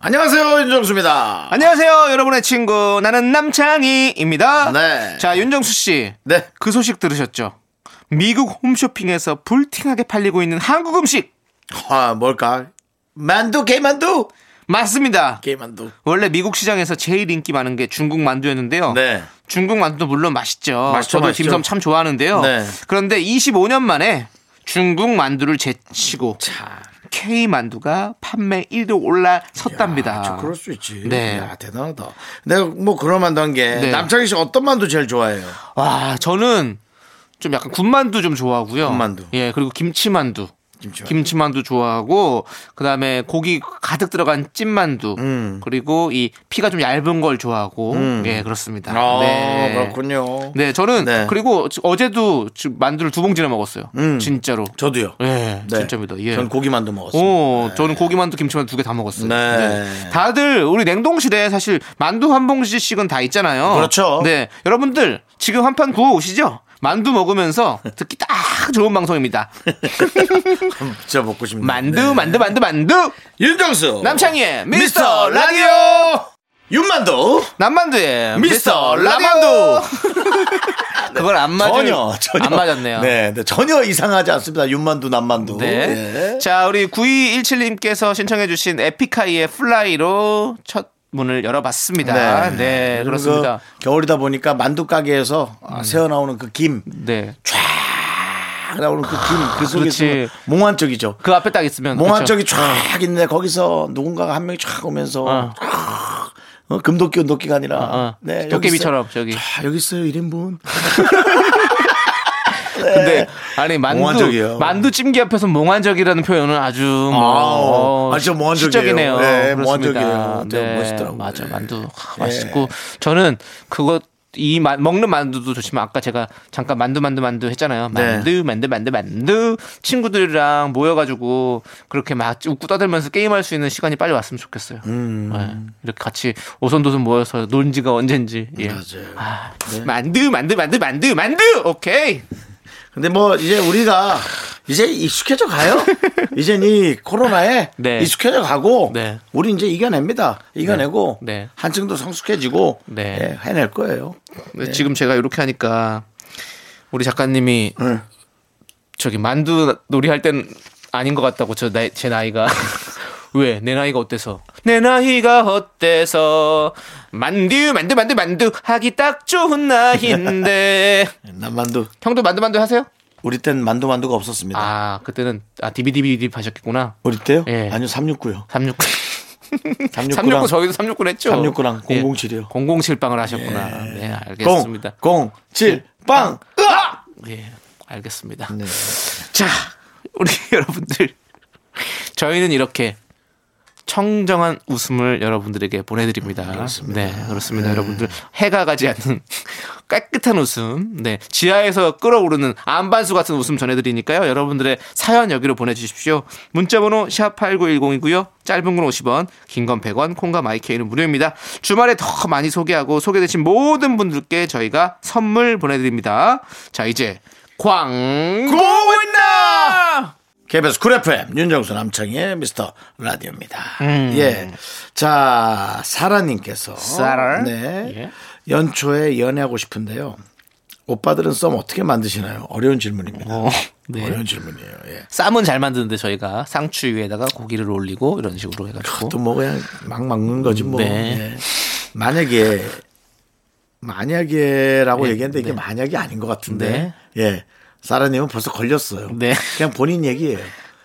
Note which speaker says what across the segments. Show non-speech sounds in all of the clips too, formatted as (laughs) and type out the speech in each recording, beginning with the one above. Speaker 1: 안녕하세요 윤정수입니다.
Speaker 2: 안녕하세요, 여러분의 친구 나는 남창희입니다.
Speaker 1: 네.
Speaker 2: 자 윤정수 씨,
Speaker 1: 네.
Speaker 2: 그 소식 들으셨죠? 미국 홈쇼핑에서 불팅하게 팔리고 있는 한국 음식
Speaker 1: 아 뭘까? 만두 개만두
Speaker 2: 맞습니다.
Speaker 1: 개만두.
Speaker 2: 원래 미국 시장에서 제일 인기 많은 게 중국 만두였는데요.
Speaker 1: 네.
Speaker 2: 중국 만두도 물론 맛있죠.
Speaker 1: 맛있죠,
Speaker 2: 저도
Speaker 1: 맛있죠.
Speaker 2: 딤섬 참 좋아하는데요.
Speaker 1: 네.
Speaker 2: 그런데 25년 만에 중국 만두를 제치고 K 만두가 판매 1위 올라섰답니다.
Speaker 1: 아, 그럴 수 있지.
Speaker 2: 네.
Speaker 1: 야, 대단하다. 내가 뭐 그럴 만한 게
Speaker 2: 네.
Speaker 1: 남창희 씨 어떤 만두 제일 좋아해요?
Speaker 2: 와, 저는 좀 약간 군만두 좀 좋아하고요.
Speaker 1: 군만두.
Speaker 2: 예, 그리고 김치만두.
Speaker 1: 김치.
Speaker 2: 김치만두 좋아하고 그다음에 고기 가득 들어간 찐만두
Speaker 1: 음.
Speaker 2: 그리고 이 피가 좀 얇은 걸 좋아하고 예 그렇습니다.
Speaker 1: 아 그렇군요.
Speaker 2: 네 저는
Speaker 1: 네.
Speaker 2: 그리고 지- 어제도 지금 만두를 두 봉지나 먹었어요. 진짜로.
Speaker 1: 저도요.
Speaker 2: 예
Speaker 1: 음. 네.
Speaker 2: 진짜입니다. 예.
Speaker 1: 전 고기 만두 먹었어요.
Speaker 2: 오, 저는 고기만두, 김치만두 두 개 다 먹었어요.
Speaker 1: 네.
Speaker 2: 다들 우리 냉동실에 사실 만두 한 봉지씩은 다 있잖아요.
Speaker 1: 그렇죠.
Speaker 2: 네. 여러분들 지금 한 판 구워 오시죠. 만두 먹으면서 듣기 딱
Speaker 1: (laughs)
Speaker 2: 좋은 방송입니다.
Speaker 1: 진짜 먹고 싶네.
Speaker 2: 만두,
Speaker 1: 네.
Speaker 2: 만두, 만두, 만두.
Speaker 1: 윤정수.
Speaker 2: 남창희의
Speaker 1: 미스터
Speaker 2: 미스터
Speaker 1: 라디오. 윤만두.
Speaker 2: 남만두의
Speaker 1: 미스터
Speaker 2: 미스터
Speaker 1: 라만두.
Speaker 2: 라만두.
Speaker 1: (laughs)
Speaker 2: 그걸 안 맞았
Speaker 1: 전혀, 전혀.
Speaker 2: 안 맞았네요.
Speaker 1: 네, 네, 전혀 이상하지 않습니다. 윤만두, 남만두.
Speaker 2: 네.
Speaker 1: 예.
Speaker 2: 자, 우리 9217님께서 신청해주신 에픽하이의 플라이로 첫 문을 열어봤습니다. 네,
Speaker 1: 그리고
Speaker 2: 그렇습니다. 음.
Speaker 1: 그 겨울이다 보니까 만두 가게에서 아, 새어 나오는 그 김,
Speaker 2: 네.
Speaker 1: 쫙 나오는 그 김, 그 속에
Speaker 2: 그렇지.
Speaker 1: 있으면 몽환 쪽이죠.
Speaker 2: 그 앞에 딱 있으면.
Speaker 1: 몽환
Speaker 2: 그쵸?
Speaker 1: 쪽이 쫙 있는데 거기서 누군가가 한 명이 쫙 오면서
Speaker 2: 어.
Speaker 1: 쫙, 어, 금도끼 은도끼가 아니라
Speaker 2: 어,
Speaker 1: 네,
Speaker 2: 도깨비처럼
Speaker 1: 여기
Speaker 2: 저기.
Speaker 1: 있어요. 쫙 여기 있어요 1인분
Speaker 2: 근데 네. 아니
Speaker 1: 네. 몽환적이에요.
Speaker 2: 만두 만두 찜기 앞에서 몽환적이라는 표현은 아주
Speaker 1: 아우,
Speaker 2: 뭐
Speaker 1: 아, 진짜 몽환적이에요.
Speaker 2: 시적이네요.
Speaker 1: 네,
Speaker 2: 그렇습니다. 네.
Speaker 1: 몽환적이에요. 진짜 멋있더라고요.
Speaker 2: 맞아 만두 하,
Speaker 1: 예.
Speaker 2: 맛있고 저는 그거 이 마- 먹는 만두도 좋지만 아까 제가 잠깐 만두 만두 만두 했잖아요.
Speaker 1: 네.
Speaker 2: 만두 만두 만두 만두 친구들이랑 모여가지고 그렇게 막 웃고 떠들면서 게임할 수 있는 시간이 빨리 왔으면 좋겠어요.
Speaker 1: 음.
Speaker 2: 네, 이렇게 같이 오손도손 모여서 논 지가 언젠지. 예.
Speaker 1: 맞아요. 네.
Speaker 2: 아, 만두 만두 만두 만두 만두 오케이.
Speaker 1: 근데 뭐 이제 우리가 이제 익숙해져
Speaker 2: (laughs)
Speaker 1: 가요. 이제 이 코로나에
Speaker 2: 네.
Speaker 1: 익숙해져 가고
Speaker 2: 네.
Speaker 1: 우리 이제 이겨냅니다. 이겨내고
Speaker 2: 네. 네.
Speaker 1: 한층 더 성숙해지고
Speaker 2: 네.
Speaker 1: 예, 해낼 거예요.
Speaker 2: 근데 지금 제가 이렇게 하니까 우리 작가님이
Speaker 1: 네.
Speaker 2: 저기 만두 놀이 할 땐 아닌 것 같다고 저 나이, 제 나이가 (laughs) 왜 내 나이가 어때서 내 나이가 어때서 만두 만두 만두 만두 하기 딱
Speaker 1: (laughs)
Speaker 2: 좋은 나이인데
Speaker 1: 남만두
Speaker 2: 형도 만두 만두 하세요?
Speaker 1: 우리 땐 만두 만두가 없었습니다.
Speaker 2: 아 그때는 아 디비디비디 하셨겠구나
Speaker 1: 우리 때요?
Speaker 2: 예.
Speaker 1: 아니요
Speaker 2: (laughs)
Speaker 1: 369요.
Speaker 2: 369
Speaker 1: 369랑
Speaker 2: 369 저희도 369 했죠
Speaker 1: 369 랑 007 이요. 예.
Speaker 2: 007빵을 하셨구나 네 알겠습니다
Speaker 1: 0 7 빵. 으아!
Speaker 2: 예, 알겠습니다.
Speaker 1: 네.
Speaker 2: 자, 우리 (laughs) 여러분들. 저희는 이렇게 청정한 웃음을 여러분들에게 보내드립니다. 그렇습니다. 네, 그렇습니다. 여러분들. 해가 가지 않는 (laughs) 깨끗한 웃음. 네. 지하에서 끓어오르는 안반수 같은 웃음 전해드리니까요. 여러분들의 사연 여기로 보내주십시오. 문자번호 샵8910이고요. 짧은 건 50원, 긴 건 100원, 콩과 마이케이는 무료입니다. 주말에 더 많이 소개하고 소개되신 모든 분들께 저희가 선물 보내드립니다. 자, 이제 광고나!
Speaker 1: KBS 쿨 FM 윤정수 남창희의 미스터 라디오입니다. 예. 자, 사라님께서
Speaker 2: 음. 사라?
Speaker 1: 네.
Speaker 2: 예.
Speaker 1: 연초에 연애하고 싶은데요. 오빠들은 썸 어떻게 만드시나요? 어려운 질문입니다.
Speaker 2: 어, 네.
Speaker 1: 어려운 질문이에요. 예.
Speaker 2: 쌈은 잘 만드는데 저희가 상추 위에다가 고기를 올리고 이런 식으로 해가지고
Speaker 1: 또 뭐 그냥 막 막는 거지 뭐.
Speaker 2: 네.
Speaker 1: 예. 만약에
Speaker 2: 네.
Speaker 1: 만약에라고 얘기했는데 이게 만약이 아닌 것 같은데. 예. 사라님은 벌써 걸렸어요.
Speaker 2: 네.
Speaker 1: 그냥 본인 얘기예요.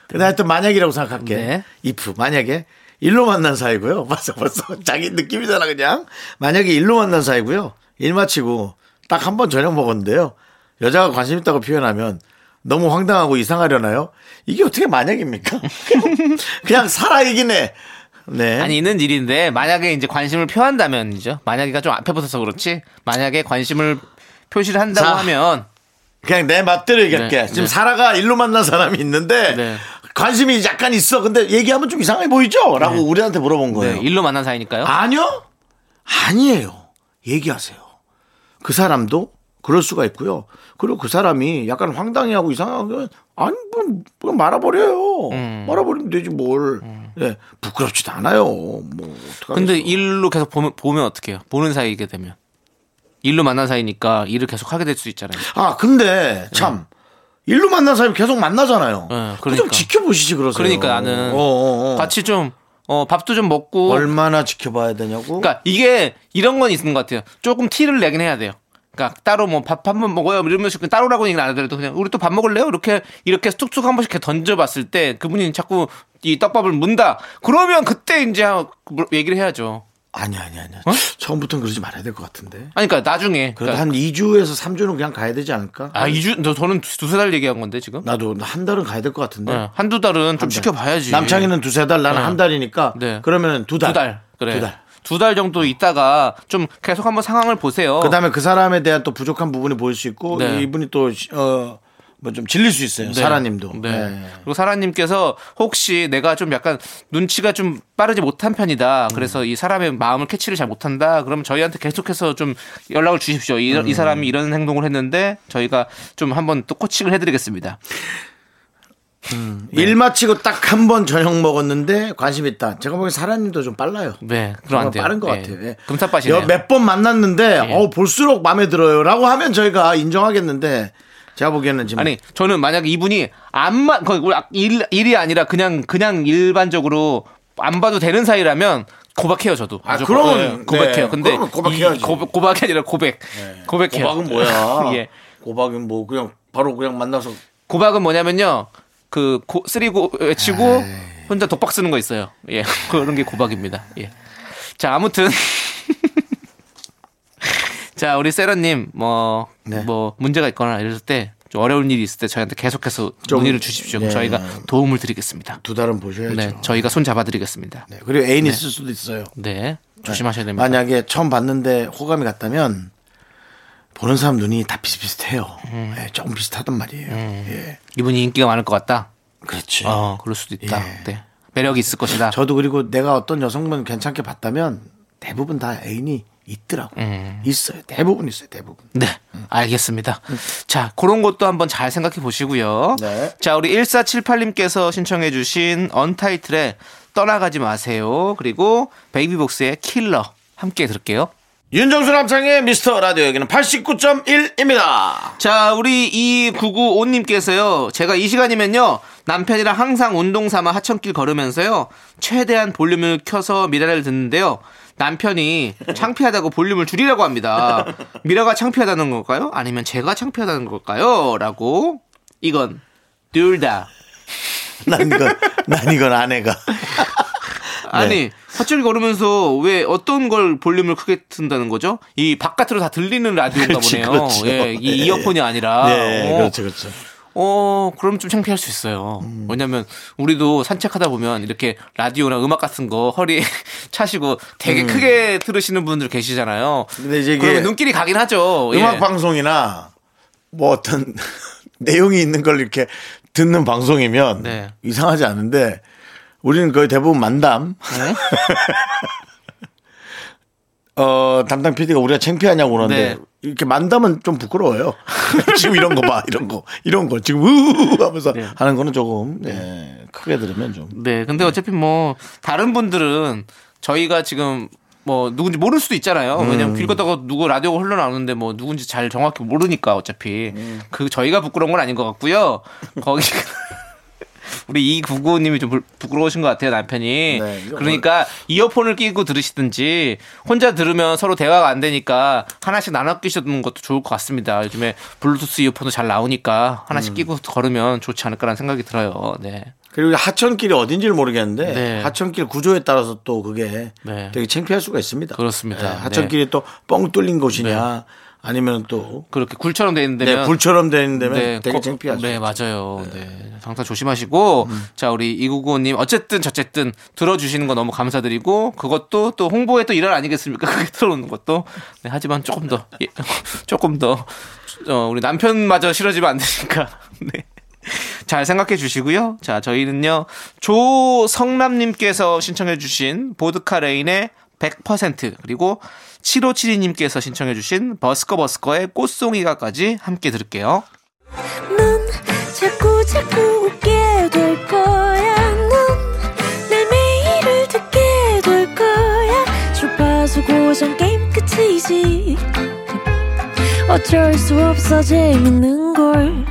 Speaker 1: 근데 하여튼 만약이라고 생각할게.
Speaker 2: 네.
Speaker 1: if 만약에 일로 만난 사이고요. (laughs) 벌써 벌써 자기 느낌이잖아 그냥. 만약에 일로 만난 사이고요. 일 마치고 딱 한 번 저녁 먹었는데요. 여자가 관심 있다고 표현하면 너무 (laughs) 황당하고 이상하려나요? 이게 어떻게 만약입니까? 그냥 살아 이기네. 네.
Speaker 2: 아니 있는 일인데 만약에 이제 관심을 표한다면이죠. 만약에가 좀 앞에 붙어서 그렇지. 만약에 관심을 표시를 한다고
Speaker 1: 자.
Speaker 2: 하면
Speaker 1: 그냥 내 맛대로 얘기할게.
Speaker 2: 네,
Speaker 1: 지금
Speaker 2: 네.
Speaker 1: 사라가 일로 만난 사람이 있는데
Speaker 2: 네.
Speaker 1: 관심이 약간 있어. 근데 얘기하면 좀 이상해 보이죠? 라고 우리한테 물어본 거예요.
Speaker 2: 네, 일로 만난 사이니까요.
Speaker 1: 아니요? 아니에요. 얘기하세요. 그 사람도 그럴 수가 있고요. 그리고 그 사람이 약간 황당해하고 이상하면 아니 뭐, 뭐 말아버려요.
Speaker 2: 음.
Speaker 1: 말아버리면 되지 뭘. 예, 부끄럽지도 않아요. 뭐 어떡하겠어.
Speaker 2: 근데 일로 계속 보면 보면 어떡해요? 보는 사이게 되면 일로 만난 사이니까 일을 계속 하게 될 수 있잖아요.
Speaker 1: 아 근데 참 일로 만난 사람이 계속 만나잖아요.
Speaker 2: 네,
Speaker 1: 그거 좀
Speaker 2: 음. 그러니까.
Speaker 1: 지켜보시지 그러세요.
Speaker 2: 그러니까 나는
Speaker 1: 어, 어, 어.
Speaker 2: 같이 좀 어, 밥도 좀 먹고
Speaker 1: 얼마나 지켜봐야 되냐고.
Speaker 2: 그러니까 이게 이런 건 있는 것 같아요. 조금 티를 내긴 해야 돼요. 그러니까 따로 뭐 밥 한 번 먹어요 이러면서 그냥 따로라고 얘기는 안 하더라도 그냥 우리 또 밥 먹을래요 이렇게 이렇게 툭툭 한 번씩 이렇게 던져봤을 때 그분이 자꾸 이 떡밥을 문다 그러면 그때 이제 얘기를 해야죠.
Speaker 1: 아니 아니 아니. 처음부터는 그러지 말아야 될 것 같은데.
Speaker 2: 아니 그러니까 나중에
Speaker 1: 그래도
Speaker 2: 어? 그러니까
Speaker 1: 한 2주에서 3주는 그냥 가야 되지 않을까?
Speaker 2: 아 2주 너 저는 두세 달 얘기한 건데 지금
Speaker 1: 나도 한 달은 가야 될 것 같은데.
Speaker 2: 네, 한두 달은 좀
Speaker 1: 한 달.
Speaker 2: 지켜봐야지.
Speaker 1: 남창이는 두세 달, 나는
Speaker 2: 네.
Speaker 1: 한 달이니까.
Speaker 2: 네.
Speaker 1: 그러면 두 달.
Speaker 2: 두 달. 그래.
Speaker 1: 두 달.
Speaker 2: 두 달 정도 있다가 좀 계속 한번 상황을 보세요.
Speaker 1: 그다음에 그 사람에 대한 또 부족한 부분이 보일 수 있고
Speaker 2: 어. 네.
Speaker 1: 이분이 또어뭐 좀 질릴 수 있어요.
Speaker 2: 네.
Speaker 1: 사라님도.
Speaker 2: 네.
Speaker 1: 네.
Speaker 2: 그리고 사라님께서 혹시 내가 좀 약간 눈치가 좀 빠르지 못한 편이다. 그래서 이 사람의 마음을 캐치를 잘 못한다. 그럼 저희한테 계속해서 좀 연락을 주십시오. 이,
Speaker 1: 음.
Speaker 2: 이 사람이 이런 행동을 했는데 저희가 좀 한번 또 코칭을 해드리겠습니다.
Speaker 1: 일 마치고 딱 한 번 저녁 먹었는데 관심 있다. 제가 보기엔 사라님도 좀 빨라요.
Speaker 2: 네, 그럼 안 돼요.
Speaker 1: 빠른 것
Speaker 2: 예.
Speaker 1: 같아요. 예.
Speaker 2: 금사빠시네요.
Speaker 1: 여- 몇번 만났는데
Speaker 2: 예.
Speaker 1: 어 볼수록 마음에 들어요라고 하면 저희가 인정하겠는데 제가 보기에는 지금 뭐.
Speaker 2: 아니 저는 만약에 이분이 안만 거의 우리 악- 일, 일이 아니라 그냥 그냥 일반적으로 안 봐도 되는 사이라면 고백해요 저도.
Speaker 1: 아,
Speaker 2: 아주
Speaker 1: 그럼,
Speaker 2: 고- 예, 고백해요.
Speaker 1: 네,
Speaker 2: 근데
Speaker 1: 그러면 고백해야지. 네.
Speaker 2: 이 고백, 고백이 아니라 고백. 고백해요.
Speaker 1: 고박은 뭐야?
Speaker 2: (laughs) 예.
Speaker 1: 고박은 뭐 그냥 바로 그냥 만나서
Speaker 2: 고박은 뭐냐면요. 그 고, 쓰리고 외치고
Speaker 1: 아.
Speaker 2: 혼자 독박 쓰는 거 있어요. 예. (laughs) 그런 게 고박입니다. 예. 자, 아무튼 (laughs) 자, 우리 세라 님 뭐,
Speaker 1: 네.
Speaker 2: 뭐, 문제가 있거나 이럴 때, 좀 어려운 일이 있을 때 저희한테 계속해서
Speaker 1: 좀,
Speaker 2: 문의를 주십시오.
Speaker 1: 네.
Speaker 2: 저희가 도움을 드리겠습니다.
Speaker 1: 두 달은 보셔야죠.
Speaker 2: 네, 저희가 손 잡아드리겠습니다.
Speaker 1: 네, 그리고 애인 이 있을 수도 있어요.
Speaker 2: 네, 조심하셔야 됩니다.
Speaker 1: 만약에 처음 봤는데 호감이 갔다면 보는 사람 눈이 다 비슷비슷해요. 예, 조금 비슷하단 말이에요. 예,
Speaker 2: 이분이 인기가 많을 것 같다.
Speaker 1: 그렇지. 아.
Speaker 2: 어, 그럴 수도 있다.
Speaker 1: 예.
Speaker 2: 네, 매력이 있을 것이다.
Speaker 1: 저도 그리고 내가 어떤 여성분 괜찮게 봤다면 대부분 다 애인이 있더라고. 요 있어요. 대부분 있어요. 대부분.
Speaker 2: 네, 알겠습니다. 자, 그런 것도 한번 잘 생각해 보시고요.
Speaker 1: 네.
Speaker 2: 자, 우리 1478님께서 신청해 주신 언타이틀의 떠나가지 마세요. 그리고 베이비복스의 킬러 함께 들을게요.
Speaker 1: 윤정수 남창의 미스터 라디오 여기는 89.1입니다.
Speaker 2: 자, 우리 2995님께서요. 제가 이 시간이면요. 남편이랑 항상 운동 삼아 하천길 걸으면서요. 최대한 볼륨을 켜서 미라를 듣는데요. 남편이 창피하다고 볼륨을 줄이라고 합니다. 미라가 창피하다는 걸까요? 아니면 제가 창피하다는 걸까요? 라고. 이건 둘 다.
Speaker 1: (laughs) 난 이건 난 이건 아내가. 네.
Speaker 2: 아니, 하천길 걸으면서 왜 어떤 걸 볼륨을 크게 튼다는 거죠? 이 바깥으로 다 들리는 라디오인가
Speaker 1: 그렇지,
Speaker 2: 보네요.
Speaker 1: 그렇죠.
Speaker 2: 예,
Speaker 1: 예,
Speaker 2: 이
Speaker 1: 예.
Speaker 2: 이어폰이 아니라.
Speaker 1: 네,
Speaker 2: 어,
Speaker 1: 그렇죠, 그렇죠.
Speaker 2: 어, 그럼 좀 창피할 수 있어요.
Speaker 1: 음.
Speaker 2: 왜냐면 우리도 산책하다 보면 이렇게 라디오나 음악 같은 거 허리에 (laughs) 차시고 되게 크게 들으시는 분들 계시잖아요.
Speaker 1: 음. 근데 이제 이게
Speaker 2: 그러면 눈길이 가긴 하죠. 예.
Speaker 1: 음악 방송이나 뭐 어떤 (laughs) 내용이 있는 걸 이렇게 듣는 방송이면
Speaker 2: 네.
Speaker 1: 이상하지 않은데 우리는 거의 대부분 만담.
Speaker 2: 네.
Speaker 1: (laughs) 어, 담당 PD가 우리가 창피하냐고 그러는데
Speaker 2: 네.
Speaker 1: 이렇게 만담은 좀 부끄러워요. (laughs) 지금 이런 거 봐. 이런 거. 이런 거. 지금 으 하면서 하는 거는 조금 예, 크게 들으면 좀
Speaker 2: 네. 근데 어차피 뭐 다른 분들은 저희가 지금 뭐 누군지 모를 수도 있잖아요. 왜냐면 길 걷다가 누구 라디오가 흘러나오는데 뭐 누군지 잘 정확히 모르니까 어차피 그 저희가 부끄러운 건 아닌 것 같고요. 거기 (laughs) 우리 이 구구님이 좀 불- 부끄러우신 것 같아요 남편이.
Speaker 1: 네, 이거
Speaker 2: 그러니까 이어폰을 끼고 들으시든지 혼자 들으면 서로 대화가 안 되니까 하나씩 나눠 끼시는 것도 좋을 것 같습니다. 요즘에 블루투스 이어폰도 잘 나오니까 하나씩 끼고 걸으면 좋지 않을까라는 생각이 들어요. 네.
Speaker 1: 그리고 하천길이 어딘지를 모르겠는데
Speaker 2: 네.
Speaker 1: 하천길 구조에 따라서 또 그게
Speaker 2: 네.
Speaker 1: 되게 창피할 수가 있습니다. 예,
Speaker 2: 그렇습니다. 네.
Speaker 1: 하천길이 또 뻥 뚫린 곳이냐 아니면 또
Speaker 2: 그렇게 굴처럼 돼 있는데
Speaker 1: 네, 불처럼 되는 데면 되게
Speaker 2: 꼭-
Speaker 1: 창피하죠. 음.
Speaker 2: 네, 맞아요. 네. 항상 조심하시고 자, 우리 이구구님 어쨌든 저쨌든 들어 주시는 거 너무 감사드리고 그것도 또 홍보의 또 일환 아니겠습니까? (laughs) 그게 들어오는 것도. 네, 하지만 조금 더 예, (laughs) 조금 더 어, 우리 남편마저 싫어지면 안 되니까. (laughs) 네. 잘 생각해 주시고요. 자, 저희는요. 조성남 님께서 신청해 주신 보드카레인의 100% 그리고 7572 님께서 신청해 주신 버스커버스커의 꽃송이가까지 함께 들을게요.
Speaker 3: 넌 자꾸 자꾸 웃게 될 거야. 넌내 매일을 듣게 될 거야. 주파수 고정 게임 끝이지. 어쩔 수 없어 재밌는 걸.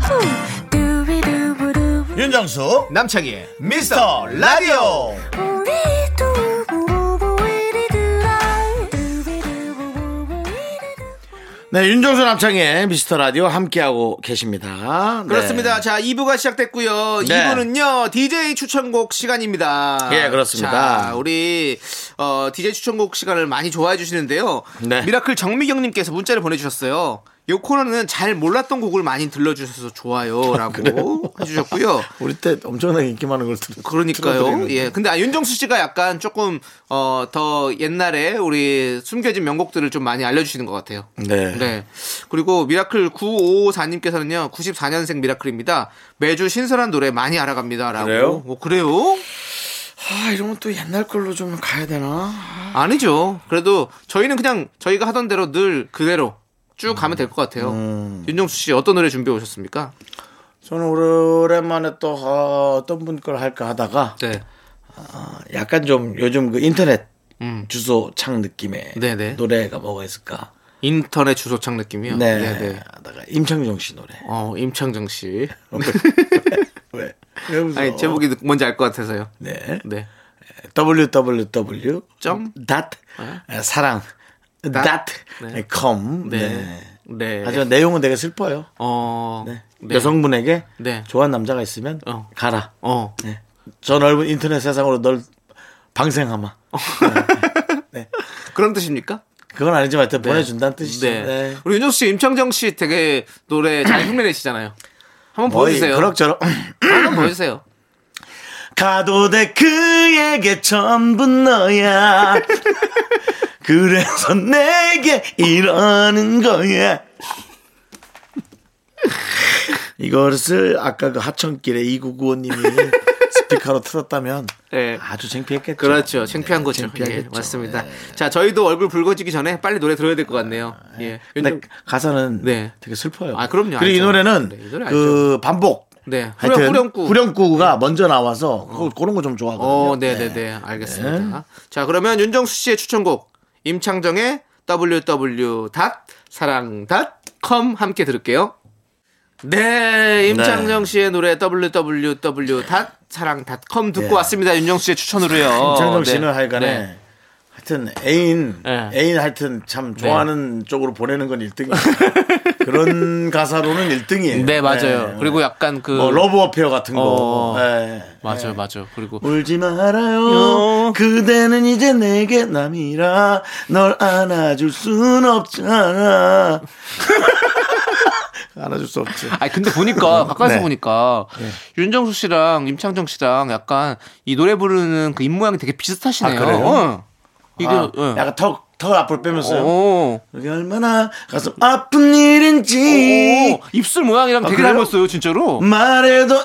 Speaker 3: 후. 두비두부두.
Speaker 1: 윤정수 남창희의 미스터 라디오
Speaker 3: 우리 두부부부 우리 두라. 두비두부부부 우리 두라.
Speaker 1: 네 윤정수 남창희의 미스터 라디오 함께하고 계십니다 네.
Speaker 2: 그렇습니다. 자, 2부가 시작됐고요.
Speaker 1: 네.
Speaker 2: 2부는요. DJ 추천곡 시간입니다.
Speaker 1: 예, 그렇습니다.
Speaker 2: 자, 우리 어, DJ 추천곡 시간을 많이 좋아해 주시는데요.
Speaker 1: 네.
Speaker 2: 미라클 정미경 님께서 문자를 보내 주셨어요. 요 코너는 잘 몰랐던 곡을 많이 들려 주셔서 좋아요라고 해 주셨고요.
Speaker 1: 우리 때 엄청나게 인기 많은 걸 들,
Speaker 2: 그러니까요.
Speaker 1: 틀어드리는.
Speaker 2: 예. 근데 아, 윤정수 씨가 약간 조금 어, 더 옛날에 우리 숨겨진 명곡들을 좀 많이 알려 주시는 것 같아요.
Speaker 1: 네.
Speaker 2: 네. 그리고 미라클 9554님께서는요, 94년생 미라클입니다. 매주 신선한 노래 많이 알아갑니다. 라고.
Speaker 1: 그래요?
Speaker 2: 뭐, 그래요?
Speaker 1: 아 이러면 또 옛날 걸로 좀 가야 되나 아,
Speaker 2: 아니죠. 그래도 저희는 그냥 저희가 하던 대로 늘 그대로 쭉 가면 될 것 같아요.
Speaker 1: 음.
Speaker 2: 윤정수 씨, 어떤 노래 준비해 오셨습니까?
Speaker 1: 저는 오랜만에 또 어, 어떤 분 걸 할까 하다가
Speaker 2: 네.
Speaker 1: 약간 좀 요즘 그 인터넷
Speaker 2: 음.
Speaker 1: 주소 창 느낌의
Speaker 2: 네네.
Speaker 1: 노래가 뭐가 있을까
Speaker 2: 인터넷 주소창 느낌이요?
Speaker 1: 네.
Speaker 2: 네네.
Speaker 1: 하다가 임창정 씨 노래
Speaker 2: 어, 임창정 씨. (laughs)
Speaker 1: 왜? 왜 웃어?
Speaker 2: 네. 아니, 제목이 뭔지 알 것 같아서요.
Speaker 1: 네.
Speaker 2: 네.
Speaker 1: www.
Speaker 2: 점?
Speaker 1: dot
Speaker 2: 어?
Speaker 1: 사랑 dot com. 네.
Speaker 2: 네.
Speaker 1: 하지만 내용은 되게 슬퍼요.
Speaker 2: 어,
Speaker 1: 네.
Speaker 2: 네.
Speaker 1: 여성분에게
Speaker 2: 네.
Speaker 1: 좋아하는 남자가 있으면
Speaker 2: 어.
Speaker 1: 가라.
Speaker 2: 어.
Speaker 1: 네. 저 넓은 인터넷 세상으로 널 방생하마.
Speaker 2: 어.
Speaker 1: 네.
Speaker 2: (laughs) 그런 뜻입니까?
Speaker 1: 그건 아니지만 하여튼 보내준다는 뜻이죠.
Speaker 2: 네.
Speaker 1: 네.
Speaker 2: 우리 윤정수 씨, 임창정 씨 되게 노래 잘 흉내내시잖아요. 한번
Speaker 1: 거의 그렇죠.
Speaker 2: 보여주세요.
Speaker 1: 그럭저럭 (laughs)
Speaker 2: 한번 보여주세요.
Speaker 1: 가도 돼 그에게 전부 너야. (laughs) 그래서 내게 이러는 거야. (laughs) 이것을 아까 그 하천길에
Speaker 2: (laughs)
Speaker 1: 2995님이 스피커로 틀었다면
Speaker 2: 네.
Speaker 1: 아주 창피했겠죠.
Speaker 2: 그렇죠. 창피한 거죠.
Speaker 1: 네. 창피하겠죠.
Speaker 2: 예, 맞습니다.
Speaker 1: 네.
Speaker 2: 자, 저희도 얼굴 붉어지기 전에 빨리 노래 들어야 될 것 같네요. 예.
Speaker 1: 근데
Speaker 2: 윤정-
Speaker 1: 가사는
Speaker 2: 네.
Speaker 1: 되게 슬퍼요.
Speaker 2: 아, 그럼요.
Speaker 1: 리고이
Speaker 2: 알죠.
Speaker 1: 노래는
Speaker 2: 네, 이 노래
Speaker 1: 그 반복.
Speaker 2: 네.
Speaker 1: 하여튼
Speaker 2: 후렴구. 네.
Speaker 1: 후렴구가 먼저 나와서 그거 그런 거 좀 좋아하거든요.
Speaker 2: 어, 네네네. 알겠습니다. 자, 그러면 윤정수 씨의 추천곡, 임창정의 www. 사랑. com 함께 들을게요. 네, 임창정 씨의 노래 www. 사랑. com 듣고
Speaker 1: 네.
Speaker 2: 왔습니다. 윤정수 씨의 추천으로요.
Speaker 1: 김창정
Speaker 2: 네.
Speaker 1: 씨는 하여간에
Speaker 2: 네.
Speaker 1: 하여튼 애인
Speaker 2: 네.
Speaker 1: 애인 하여튼 참 좋아하는 쪽으로 보내는 건 1등이에요. (laughs) 그런 가사로는 1등이에요.
Speaker 2: 네, 맞아요. 그리고 약간 그
Speaker 1: 뭐 러브 어페어 같은 거.
Speaker 2: 어.
Speaker 1: 네.
Speaker 2: 맞아요, 맞아요. 그리고
Speaker 1: 울지 말아요. 그대는 이제 내게 남이라 널 안아줄 순 없잖아. (laughs) 안아줄 수 없지.
Speaker 2: 아니 근데 보니까 가까이서
Speaker 1: 네.
Speaker 2: 보니까 윤정수 씨랑 임창정 씨랑 약간 이 노래 부르는 그 입 모양이 되게 비슷하시네요.
Speaker 1: 아, 그래요?
Speaker 2: 어. 이게
Speaker 1: 아,
Speaker 2: 예.
Speaker 1: 약간 턱, 턱 앞으로 빼면서요.
Speaker 2: 오.
Speaker 1: 이게 얼마나 가슴 아픈 일인지
Speaker 2: 오, 입술 모양이랑 되게
Speaker 1: 아, 그래요? 음.
Speaker 2: 닮았어요, 진짜로.
Speaker 1: 말해도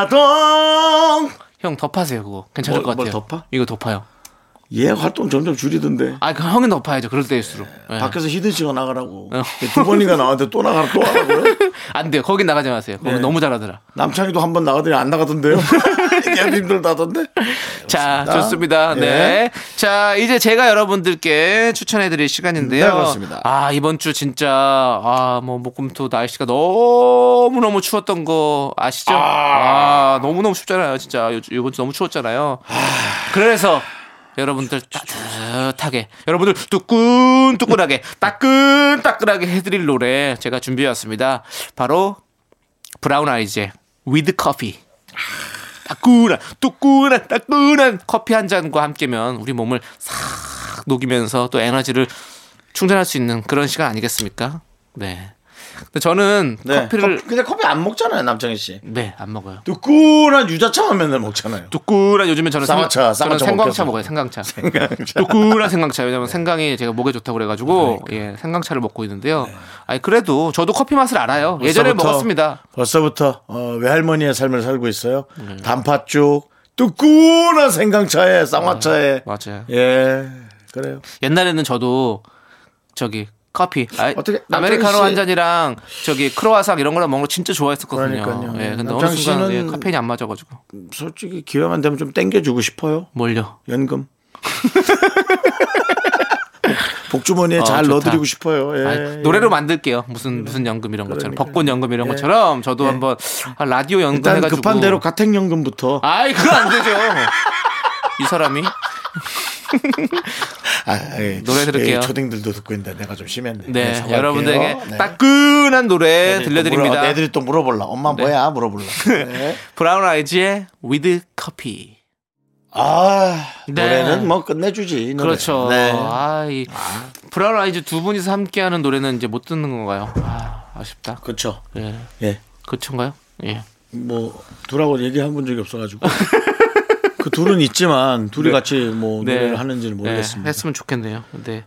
Speaker 1: 애원해봐도
Speaker 2: 형 덮하세요, 그거. 괜찮을
Speaker 1: 뭘-
Speaker 2: 것
Speaker 1: 뭘
Speaker 2: 같아요.
Speaker 1: 덮어?
Speaker 2: 이거 덮어요.
Speaker 1: 얘 활동 점점 줄이던데
Speaker 2: 아, 그 형은 덮어야죠. 그럴 때일수록. 예. (laughs)
Speaker 1: 밖에서 히든 씨가 나가라고 예, 두 번이가 나왔는데 또 나가라 또 하라고요
Speaker 2: 안 돼요. 거긴 나가지 마세요. 거기
Speaker 1: 네.
Speaker 2: 너무 잘하더라.
Speaker 1: 남창이도 한 번 나가더니 안 (laughs) 나가던데요 얘도 힘들다던데
Speaker 2: 자,
Speaker 1: 그렇습니다.
Speaker 2: 좋습니다. 네.
Speaker 1: 예.
Speaker 2: 자, 이제 제가 여러분들께 추천해드릴 시간인데요.
Speaker 1: 네, 그렇습니다.
Speaker 2: 아, 이번 주 진짜, 아, 뭐, 목금토 날씨가 너무너무 추웠던 거 아시죠? 아, 너무너무 춥잖아요. 진짜. 요, 이번 주 너무 추웠잖아요. 그래서. 여러분들 따뜻하게 여러분들 뜨끈뜨끈하게 따끈따끈하게 해드릴 노래 제가 준비해왔습니다 바로 브라운 아이즈의 위드 커피 따끈한 뜨끈한 따끈한 커피 한 잔과 함께면 우리 몸을 싹 녹이면서 또 에너지를 충전할 수 있는 그런 시간 아니겠습니까? 네. 근데 저는
Speaker 1: 네.
Speaker 2: 커피를
Speaker 1: 커피- 근데 커피 안 먹잖아요, 남창희 씨.
Speaker 2: 네, 안 먹어요.
Speaker 1: 두꾸란 유자차만 맨날 먹잖아요.
Speaker 2: 두꾸란 요즘에 저는
Speaker 1: 쌍화차,
Speaker 2: 저는
Speaker 1: 쌍화차
Speaker 2: 생강차
Speaker 1: 먹겠어.
Speaker 2: 먹어요. 생강차.
Speaker 1: 생강차.
Speaker 2: 두꾸란 생강차. 왜냐면 생강이 제가 목에 좋다고 그래가지고 예, 생강차를 먹고 있는데요. 아니 그래도 저도 커피 맛을 알아요. 예전에
Speaker 1: 네. 벌써부터-
Speaker 2: 먹었습니다.
Speaker 1: 벌써부터 어, 외할머니의 삶을 살고 있어요.
Speaker 2: 네.
Speaker 1: 단팥죽, 두꾸란 생강차에 쌍화차에.
Speaker 2: 맞아요.
Speaker 1: 예, 그래요.
Speaker 2: 옛날에는 저도 저기 커피 아,
Speaker 1: 어떻게 남창희
Speaker 2: 아메리카노
Speaker 1: 씨-
Speaker 2: 한 잔이랑 저기 크로와상 이런 거랑 먹는 거 진짜 좋아했었거든요.
Speaker 1: 그러니까요.
Speaker 2: 예, 근데 어느
Speaker 1: 남창희
Speaker 2: 순간
Speaker 1: 씨는-
Speaker 2: 예, 카페인이 안 맞아가지고
Speaker 1: 솔직히 기회만 되면 좀 땡겨주고 싶어요.
Speaker 2: 뭘요?
Speaker 1: 연금. (laughs) 복주머니에
Speaker 2: 어,
Speaker 1: 잘
Speaker 2: 좋다.
Speaker 1: 넣어드리고 싶어요. 예,
Speaker 2: 아니,
Speaker 1: 예.
Speaker 2: 노래로 만들게요. 무슨 무슨 연금 이런 것처럼
Speaker 1: 네. 그러니까요.
Speaker 2: 벚꽃 연금 이런
Speaker 1: 예.
Speaker 2: 것처럼 저도
Speaker 1: 예.
Speaker 2: 한번 아, 라디오 연금
Speaker 1: 일단
Speaker 2: 해가지고
Speaker 1: 급한 대로 가택연금부터.
Speaker 2: 아이 그거 안
Speaker 1: (laughs)
Speaker 2: 되죠. 이 사람이 네,
Speaker 1: 아, 예.
Speaker 2: 노래 들을게요.
Speaker 1: 예, 초딩들도 듣고 있는데 내가 좀 심했네. 네,
Speaker 2: 네
Speaker 1: 사과할게요.
Speaker 2: 여러분들에게
Speaker 1: 네.
Speaker 2: 따끈한 노래
Speaker 1: 애들이 또
Speaker 2: 들려드립니다.
Speaker 1: 물어- 애들이 또 물어볼라. 엄마 뭐야? 물어볼라. 네.
Speaker 2: 브라운 아이즈의 With Coffee.
Speaker 1: 아
Speaker 2: 네.
Speaker 1: 노래는 뭐 끝내주지. 노래.
Speaker 2: 그렇죠.
Speaker 1: 네.
Speaker 2: 아이 브라운 아이즈 두 분이서 함께하는 노래는 이제 못 듣는 건가요? 아, 아쉽다.
Speaker 1: 그렇죠.
Speaker 2: 예,
Speaker 1: 예.
Speaker 2: 그렇던가요? 예.
Speaker 1: 뭐 둘하고 얘기한 본 적이
Speaker 2: (laughs)
Speaker 1: 없어가지고 그 둘은 있지만 둘이 같이 뭐
Speaker 2: 네.
Speaker 1: 노래를 하는지는 모르겠습니다.
Speaker 2: 네, 했으면 좋겠네요. 네.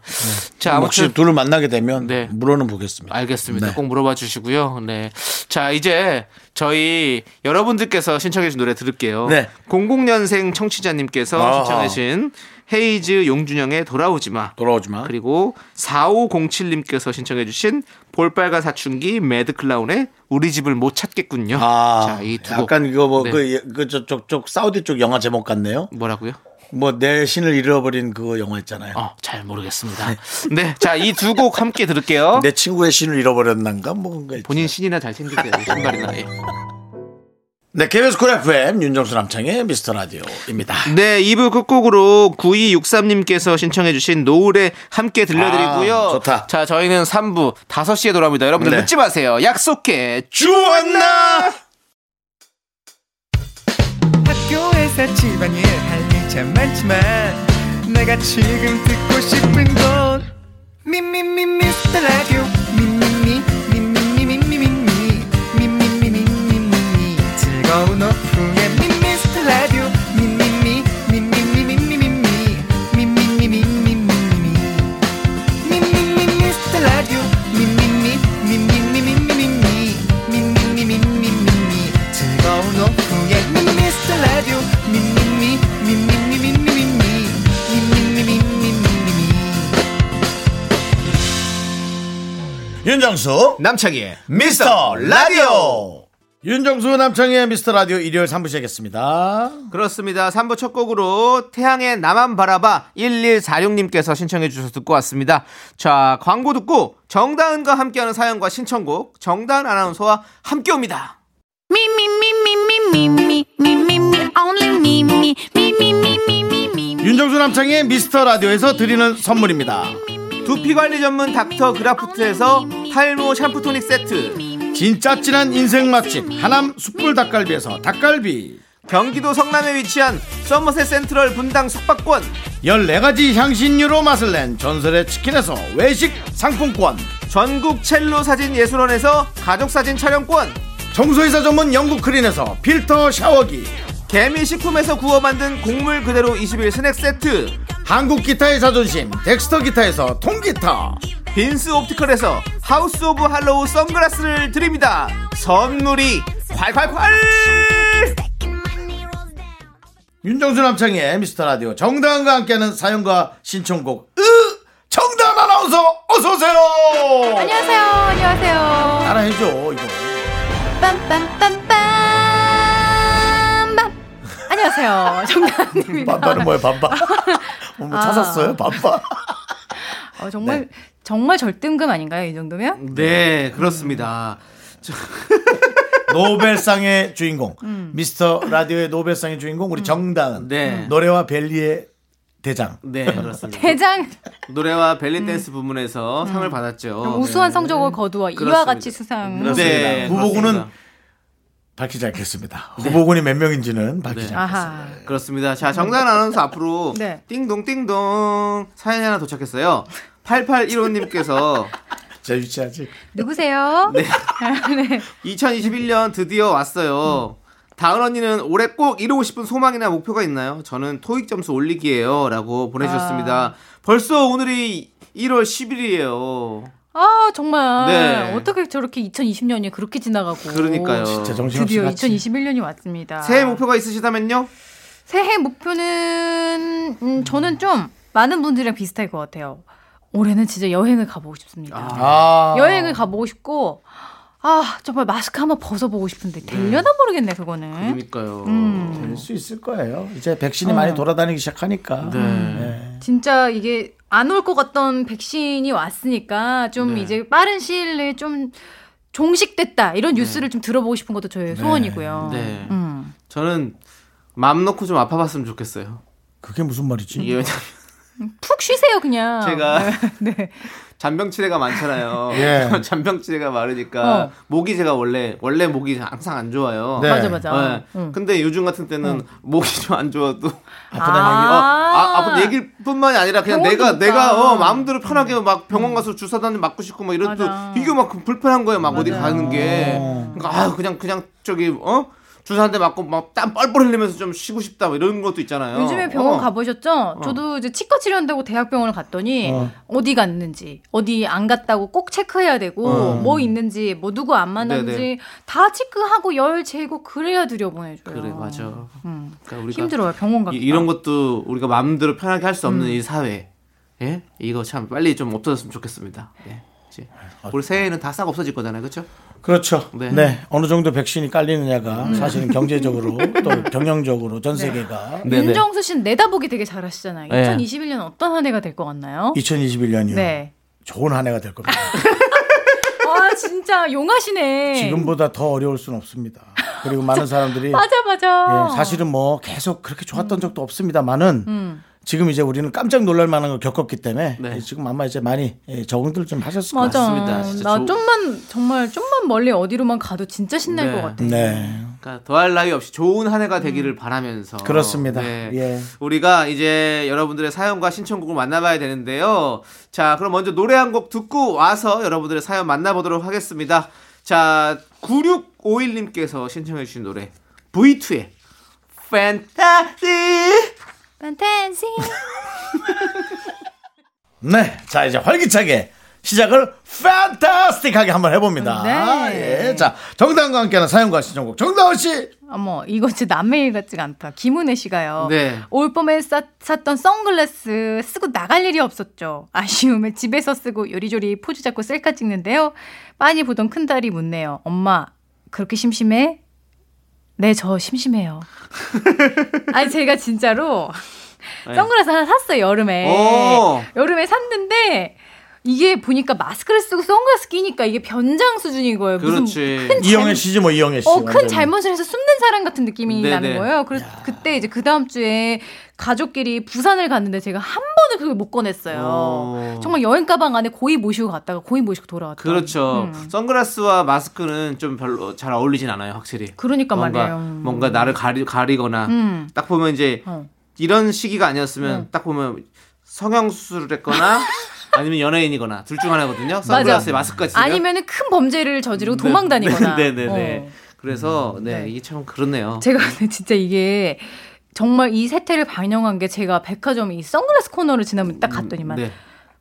Speaker 2: 자, 아무튼
Speaker 1: 혹시 둘을 만나게 되면
Speaker 2: 네.
Speaker 1: 물어는 보겠습니다.
Speaker 2: 알겠습니다.
Speaker 1: 네.
Speaker 2: 꼭 물어봐 주시고요. 네. 자, 이제 저희 여러분들께서 신청해 주신 노래 들을게요.
Speaker 1: 네.
Speaker 2: 00년생 청취자님께서
Speaker 1: 아하.
Speaker 2: 신청해 주신 헤이즈 용준영의 돌아오지 마.
Speaker 1: 돌아오지 마.
Speaker 2: 그리고 4507님께서 신청해 주신 볼빨간 사춘기 매드클라운의 우리 집을 못 찾겠군요.
Speaker 1: 아,
Speaker 2: 자, 이 두 곡.
Speaker 1: 약간 이거 뭐
Speaker 2: 네.
Speaker 1: 뭐그그저쪽 쪽 사우디 쪽 영화 제목 같네요.
Speaker 2: 뭐라고요?
Speaker 1: 뭐 내 신을 잃어버린 그 영화 있잖아요.
Speaker 2: 어, 잘 모르겠습니다. 네. 자, 이 두 곡 함께 들을게요.
Speaker 1: 내 친구의 신을 잃어버렸는가 뭔가. 있죠.
Speaker 2: 본인 신이나 잘 챙기세요. 신발이나. 예.
Speaker 1: 네, KBS 쿨 FM 윤정수 남창의 미스터 라디오입니다.
Speaker 2: 네, 2부 끝곡으로 9263님께서 신청해주신 노을에 함께 들려드리고요.
Speaker 1: 아, 좋다.
Speaker 2: 자, 저희는 3부 5시에 돌아옵니다. 여러분들
Speaker 1: 네.
Speaker 2: 늦지 마세요. 약속해.
Speaker 1: 주원나
Speaker 4: 학교에서 집안일 할 일 참 많지만 내가 지금 듣고 싶은 건 미미미 미스터 라디오 미미미 미미미 미미미 미미미 미미미 즐거운 오후에 미스터 라디오 미미미 미미미 미미미 미미미 미미미
Speaker 1: 윤정수
Speaker 2: 남창희의
Speaker 1: 미스터 라디오 윤정수 남창의 미스터 라디오 일요일 3부 시작했습니다.
Speaker 2: 그렇습니다. 3부 첫 곡으로 태양의 나만 바라봐 1146님께서 신청해주셔서 듣고 왔습니다. 자, 광고 듣고 정다은과 함께하는 사연과 신청곡 정다은 아나운서와 함께 옵니다.
Speaker 3: Me, me, me, me, me, me, me, me, me, me, only me, me, me, me, me, me, me, me, me.
Speaker 1: 윤정수 남창의 미스터 라디오에서 드리는 선물입니다.
Speaker 2: 두피 관리 전문 닥터 그라프트에서 탈모 샴푸 토닉 세트.
Speaker 1: 진짜 진한 인생 맛집 하남 숯불 닭갈비에서 닭갈비
Speaker 2: 경기도 성남에 위치한 서머셋 센트럴 분당 숙박권
Speaker 1: 14가지 향신료로 맛을 낸 전설의 치킨에서 외식 상품권
Speaker 2: 전국 첼로 사진 예술원에서 가족사진 촬영권
Speaker 1: 청소이사 전문 영국 크린에서 필터 샤워기
Speaker 2: 개미 식품에서 구워 만든 곡물 그대로 21 스낵 세트
Speaker 1: 한국 기타의 자존심 덱스터 기타에서 통기타
Speaker 2: 빈스 옵티컬에서 하우스 오브 할로우 선글라스를 드립니다 선물이 콸콸콸
Speaker 3: Second money rolls down.
Speaker 1: 윤정수 남창의 미스터 라디오 정다은과 함께하는 사연과 신청곡 으 정다은 아나운서 어서오세요
Speaker 5: 안녕하세요. 안녕하세요.
Speaker 1: 따라해줘 이거
Speaker 5: 빰빰빰빰. 빰. 안녕하세요. 정다은입니다.
Speaker 1: 반바는 뭐야
Speaker 5: (laughs)
Speaker 1: 반바 뭐
Speaker 5: 아.
Speaker 1: 찾았어요 반바
Speaker 5: 어, 정말
Speaker 1: 네.
Speaker 5: 정말 절등급 아닌가요? 이
Speaker 1: 음.
Speaker 5: 정도면?
Speaker 2: 네 그렇습니다
Speaker 1: 노벨상의 주인공
Speaker 5: 음.
Speaker 1: 미스터 라디오의 노벨상의 주인공 우리 정다은
Speaker 2: 네.
Speaker 1: 노래와 벨리의 대장
Speaker 2: 네 그렇습니다
Speaker 5: 대장
Speaker 2: 노래와 벨리댄스 부문에서 상을
Speaker 1: 아,
Speaker 2: 받았죠
Speaker 5: 음.
Speaker 2: 네.
Speaker 5: 우수한 성적을 거두어 이와 같이 수상을
Speaker 1: 네, 후보군은 밝히지 않겠습니다 후보군이 몇 명인지는 밝히지 않겠습니다
Speaker 5: 네. 아하.
Speaker 2: 그렇습니다. 자, 정단 아나운서 앞으로
Speaker 5: 네.
Speaker 2: 띵동 띵동 사연이 하나 도착했어요. 8815님께서
Speaker 1: 제 유치하지.
Speaker 5: 누구세요? (laughs) 네.
Speaker 2: 2021년 드디어 왔어요. 다은 언니는 올해 꼭 이루고 싶은 소망이나 목표가 있나요? 저는 토익 점수 올리기예요. 라고 보내주셨습니다. 벌써 오늘이 1월 10일이에요.
Speaker 5: 아 정말
Speaker 2: 네.
Speaker 5: 어떻게 저렇게 2020년이 그렇게 지나가고
Speaker 2: 그러니까요.
Speaker 1: 진짜 정신없이
Speaker 5: 드디어
Speaker 1: 같이.
Speaker 5: 2021년이 왔습니다.
Speaker 2: 새해 목표가 있으시다면요?
Speaker 5: 새해 목표는 음, 저는 좀 많은 분들이랑 비슷할 것 같아요. 올해는 진짜 여행을 가보고 싶습니다.
Speaker 1: 아.
Speaker 5: 여행을 가보고 싶고 아 정말 마스크 한번 벗어보고 싶은데 되려나 모르겠네 그거는.
Speaker 2: 그러니까요.
Speaker 1: 될 수 있을 거예요. 이제 백신이 많이 돌아다니기 시작하니까. 네.
Speaker 5: 진짜 이게 안 올 것 같던 백신이 왔으니까 좀
Speaker 2: 네.
Speaker 5: 이제 빠른 시일 내에 좀 종식됐다 이런 뉴스를 좀 들어보고 싶은 것도 저의 소원이고요.
Speaker 2: 네.
Speaker 5: 음.
Speaker 2: 저는 마음 놓고 좀 아파봤으면 좋겠어요.
Speaker 1: 그게 무슨 말이지?
Speaker 2: 이게 왜냐면
Speaker 5: 푹 쉬세요 그냥.
Speaker 2: 제가
Speaker 5: 어, 네.
Speaker 2: 잔병치레가 많잖아요.
Speaker 1: 예.
Speaker 2: (laughs) 잔병치레가 많으니까
Speaker 5: 어.
Speaker 2: 목이 제가 원래 원래 목이 항상 안 좋아요.
Speaker 1: 네.
Speaker 5: 맞아 맞아.
Speaker 2: 네. 근데 요즘 같은 때는 목이 좀 안 좋아도
Speaker 1: 아프다는
Speaker 5: 음. (laughs) 아.
Speaker 2: 어, 아, 아픈 얘기뿐만이 아니라 그냥 내가
Speaker 5: 병원이니까.
Speaker 2: 내가 어, 마음대로 편하게 막 병원 가서 주사 다니 맞고 싶고 막 이런 또
Speaker 5: 맞아.
Speaker 2: 이게 막 불편한 거예요. 막 어디
Speaker 5: 맞아요.
Speaker 2: 가는 게. 그러니까 아, 그냥 그냥 저기 어? 주사 한 대 맞고 막 땀 뻘뻘 흘리면서 좀 쉬고 싶다 뭐 이런 것도 있잖아요.
Speaker 5: 요즘에 병원
Speaker 2: 어.
Speaker 5: 가보셨죠? 저도 이제 치과 치료한다고 대학병원을 갔더니 어. 디 갔는지 어디 안 갔다고 꼭 체크해야 되고 뭐 있는지 뭐 누구 안 만났는지
Speaker 2: 어. 네네.
Speaker 5: 다 체크하고 열 재고 그래야 들여보내줘요.
Speaker 2: 그래 맞아.
Speaker 5: 음.
Speaker 2: 그러니까 우리가
Speaker 5: 힘들어요 병원 가기.
Speaker 2: 이, 런 것도 우리가 마음대로 편하게 할 수 없는 이 사회. 예? 이거 참 빨리 좀 없어졌으면 좋겠습니다. 예. 이제
Speaker 1: 아,
Speaker 2: 우리 새해에는 다 싹 없어질 거잖아요. 그렇죠?
Speaker 1: 그렇죠. 네.
Speaker 2: 네.
Speaker 1: 어느 정도 백신이 깔리느냐가
Speaker 5: 네.
Speaker 1: 사실은
Speaker 5: (laughs)
Speaker 1: 경제적으로 또 경영적으로 전 세계가
Speaker 5: 네, 윤정수 씨는 내다보기 되게 잘하시잖아요.
Speaker 2: 네.
Speaker 5: 2021년 어떤 한 해가 될 것 같나요?
Speaker 1: 2021년이요.
Speaker 5: 네.
Speaker 1: 좋은 한 해가 될 겁니다.
Speaker 5: 아 진짜 용하시네.
Speaker 2: 뭐
Speaker 1: 지금보다 더 어려울 수는 없습니다.
Speaker 5: (laughs)
Speaker 1: 그리고 많은 사람들이
Speaker 2: 예.
Speaker 5: 맞아 맞아.
Speaker 1: 예, 사실은 뭐 계속 그렇게
Speaker 5: 음.
Speaker 1: 좋았던 적도 없습니다만은 지금 이제 우리는 깜짝 놀랄 만한 걸 겪었기 때문에
Speaker 2: 네.
Speaker 1: 예, 지금 아마 이제 많이 예, 적응들 좀 하셨을 것 같습니다.
Speaker 5: 맞아.
Speaker 2: 맞습니다. 진짜
Speaker 5: 나
Speaker 2: 좋-
Speaker 5: 좀만 정말 좀만 멀리 어디로만 가도 진짜 신날
Speaker 2: 네.
Speaker 5: 것 같아.
Speaker 1: 네.
Speaker 2: 그러니까 더할 나위 없이 좋은 한 해가 되기를 바라면서 네.
Speaker 1: 그렇습니다. 예.
Speaker 2: 우리가 이제 여러분들의 사연과 신청곡을 만나봐야 되는데요. 자, 그럼 먼저 노래 한 곡 듣고 와서 여러분들의 사연 만나보도록 하겠습니다. 자, 9651님께서 신청해주신 노래 V2의 Fantasy.
Speaker 3: 판타지
Speaker 1: 네. 자, 이제 활기차게 시작을 판타스틱하게 한번 해봅니다.
Speaker 5: 네.
Speaker 1: 예. 자, 정다은과 함께하는 사연과 신청곡. 정다은 씨!
Speaker 2: 음,
Speaker 5: 어머, 이거 진짜 남의 일 같지가 않다. 김은혜 씨가요.
Speaker 2: 네.
Speaker 5: 올 봄에 쌌- 샀던 선글라스 쓰고 나갈 일이 없었죠. 아쉬움에 집에서 쓰고 요리조리 포즈 잡고 셀카 찍는데요. 빤히 보던 큰딸이 묻네요. 엄마, 그렇게 심심해? 네, 저
Speaker 2: (laughs)
Speaker 5: 심심해요. 아니, 제가 진짜로
Speaker 2: 네.
Speaker 5: 선글라스 하나 샀어요, 여름에.
Speaker 2: 오.
Speaker 5: 여름에 샀는데, 이게 보니까 마스크를 쓰고 선글라스 끼니까 이게 변장 수준인 거예요. 무슨
Speaker 2: 그렇지.
Speaker 5: 큰
Speaker 1: 이영애 씨지 뭐 이영애 씨.
Speaker 5: 어, 큰
Speaker 1: 완전히.
Speaker 5: 잘못을 해서 숨는 사람 같은 느낌이
Speaker 2: 네네.
Speaker 5: 나는 거예요. 그래서 그때 이제 그 다음 주에 가족끼리 부산을 갔는데 제가 한 번을 그걸 못 꺼냈어요.
Speaker 2: 오.
Speaker 5: 정말 여행 가방 안에 고이 모시고 갔다가 고이 모시고 돌아왔다.
Speaker 2: 그렇죠.
Speaker 5: 음.
Speaker 2: 선글라스와 마스크는 좀 별로 잘 어울리진 않아요, 확실히.
Speaker 5: 그러니까
Speaker 2: 뭔가
Speaker 5: 말이에요.
Speaker 2: 뭔가 나를 가리, 가리거나
Speaker 5: 음.
Speaker 2: 딱 보면 이제
Speaker 5: 어. 음.
Speaker 2: 이런 시기가 아니었으면 딱 보면 성형 수술을
Speaker 5: (laughs)
Speaker 2: 했거나 아니면 연예인이거나 둘 중 하나거든요. 선글라스에 마스크가 있으면 네.
Speaker 5: 아니면은 큰 범죄를 저지르고 도망다니거나.
Speaker 2: (laughs) 네네네.
Speaker 5: 어.
Speaker 2: 그래서 네,
Speaker 5: 네.
Speaker 2: 이게 참 그렇네요.
Speaker 5: 제가 근데 진짜 이게 정말 이 세태를 반영한 게 제가 백화점 이 선글라스 코너를 지나면 딱 갔더니만
Speaker 2: 네.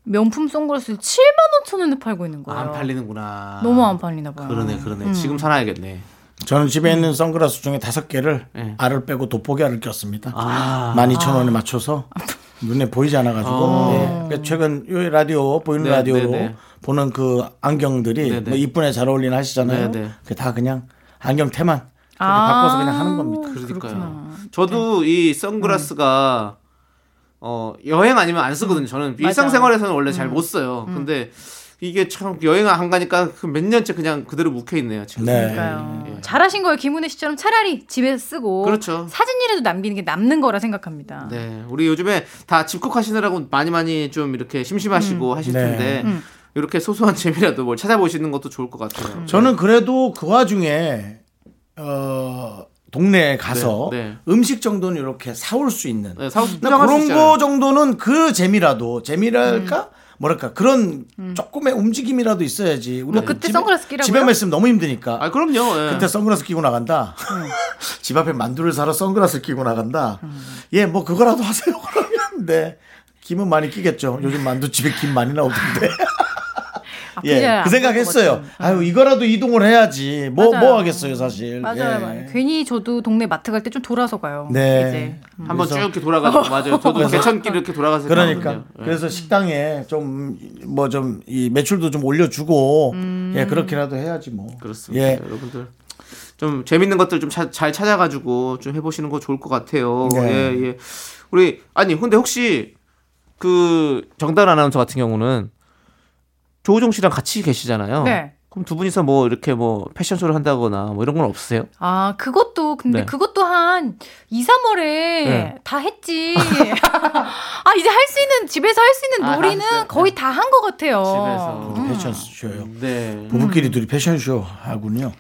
Speaker 5: 명품 선글라스를 7만 5천 원에 팔고 있는 거예요.
Speaker 2: 안 팔리는구나.
Speaker 5: 어. 너무 음. 안 팔리나 봐요.
Speaker 2: 그러네, 그러네. 지금 사놔야겠네.
Speaker 1: 저는 집에 있는 선글라스 중에 다섯 개를
Speaker 2: 네.
Speaker 1: 알을 빼고 돋보기 알을 꼈습니다.
Speaker 2: 아,
Speaker 1: 12,000원에 맞춰서 눈에 보이지 않아가지고
Speaker 2: 어.
Speaker 1: 예. 그러니까 최근 요 라디오 보이는
Speaker 2: 네,
Speaker 1: 라디오로
Speaker 2: 네, 네.
Speaker 1: 보는 그 안경들이
Speaker 2: 네, 네.
Speaker 1: 뭐 이쁜에 잘 어울리는 하시잖아요.
Speaker 2: 네, 아. 네.
Speaker 1: 그게 다 그냥 안경 테만 그렇게 바꿔서 그냥 하는 겁니다.
Speaker 2: 어, 그러니까요. 저도 이 선글라스가 어 여행 아니면 안 쓰거든요. 음. 저는 일상생활에서는 원래 잘 못 써요. 근데 이게 참 여행 안 가니까 그몇 년째 그냥 그대로 묵혀 있네요. 지금.
Speaker 1: 네.
Speaker 5: 그러니까요.
Speaker 2: 예.
Speaker 5: 잘하신 거예요. 김은혜 씨처럼 차라리 집에서 쓰고
Speaker 2: 그렇죠.
Speaker 5: 사진이라도 남기는 게 남는 거라 생각합니다.
Speaker 2: 네, 우리 요즘에 다 집콕하시느라고 많이 많이 좀 이렇게 심심하시고 하실
Speaker 1: 네.
Speaker 2: 텐데 이렇게 소소한 (laughs) 재미라도 뭘 찾아보시는 것도 좋을 것 같아요.
Speaker 1: 저는 그래도 그 와중에 어 동네에 가서
Speaker 2: 네, 네.
Speaker 1: 음식 정도는 이렇게 사올 수 있는
Speaker 2: 네, 사고
Speaker 1: 나
Speaker 2: 포장할 수
Speaker 1: 그런
Speaker 2: 있잖아요. 음.
Speaker 1: 거 정도는 그 재미라도 재미랄까 뭐랄까 그런 조금의 움직임이라도 있어야지. 우리가
Speaker 5: 뭐 그때
Speaker 1: 집에-
Speaker 5: 선글라스 끼라고요?
Speaker 1: 집에만 있으면 너무 힘드니까.
Speaker 2: 아 그럼요. 예.
Speaker 1: 그때 선글라스 끼고 나간다.
Speaker 5: 네.
Speaker 1: (laughs) 집 앞에 만두를 사러 선글라스 끼고 나간다.
Speaker 5: 음.
Speaker 1: 예, 뭐 그거라도 하세요. 그러면 네. 김은 많이 끼겠죠. 요즘 만두집에 김 많이
Speaker 5: (laughs)
Speaker 1: 나오던데.
Speaker 5: 아프지
Speaker 1: 예,
Speaker 5: 않을
Speaker 1: 그 생각했어요.
Speaker 5: 것 같은.
Speaker 1: 아유, 이거라도 이동을 해야지. 뭐,
Speaker 5: 네. 맞아요.
Speaker 1: 뭐 하겠어요, 사실. 예.
Speaker 5: 맞아요,
Speaker 2: 예.
Speaker 5: 맞아요. 그 괜히 저도 동네 마트 갈 때 좀 돌아서 가요.
Speaker 1: 네.
Speaker 5: 이제. 음.
Speaker 2: 한번 쭉 이렇게 돌아가고 맞아요. 저도 개천길 이렇게 돌아가서
Speaker 1: 그러니까.
Speaker 2: 가거든요. 예.
Speaker 1: 그래서 식당에 좀 뭐 좀 이 매출도 좀 올려주고
Speaker 5: 음.
Speaker 1: 예 그렇게라도 해야지 뭐.
Speaker 2: 그렇습니다.
Speaker 1: 예.
Speaker 2: 여러분들 좀 재밌는 것들 좀 잘 찾아가지고 좀 해보시는 거 좋을 것 같아요.
Speaker 1: 네.
Speaker 2: 예, 예. 우리 아니 근데 혹시 그 정단 아나운서 같은 경우는 조우종 씨랑 같이 계시잖아요.
Speaker 5: 네.
Speaker 2: 그럼 두 분이서 뭐 이렇게 뭐 패션쇼를 한다거나 뭐 이런 건 없으세요?
Speaker 5: 아, 그것도, 근데
Speaker 2: 네.
Speaker 5: 그것도 한 2, 3월에
Speaker 2: 네.
Speaker 5: 다 했지. (laughs) 아, 이제 할 수 있는, 집에서 할 수 있는
Speaker 2: 아,
Speaker 5: 놀이는
Speaker 2: 알았어요.
Speaker 5: 거의 다 한 것 같아요.
Speaker 2: 집에서.
Speaker 5: 음.
Speaker 1: 패션쇼요.
Speaker 2: 네.
Speaker 1: 부부끼리 둘이 패션쇼 하군요.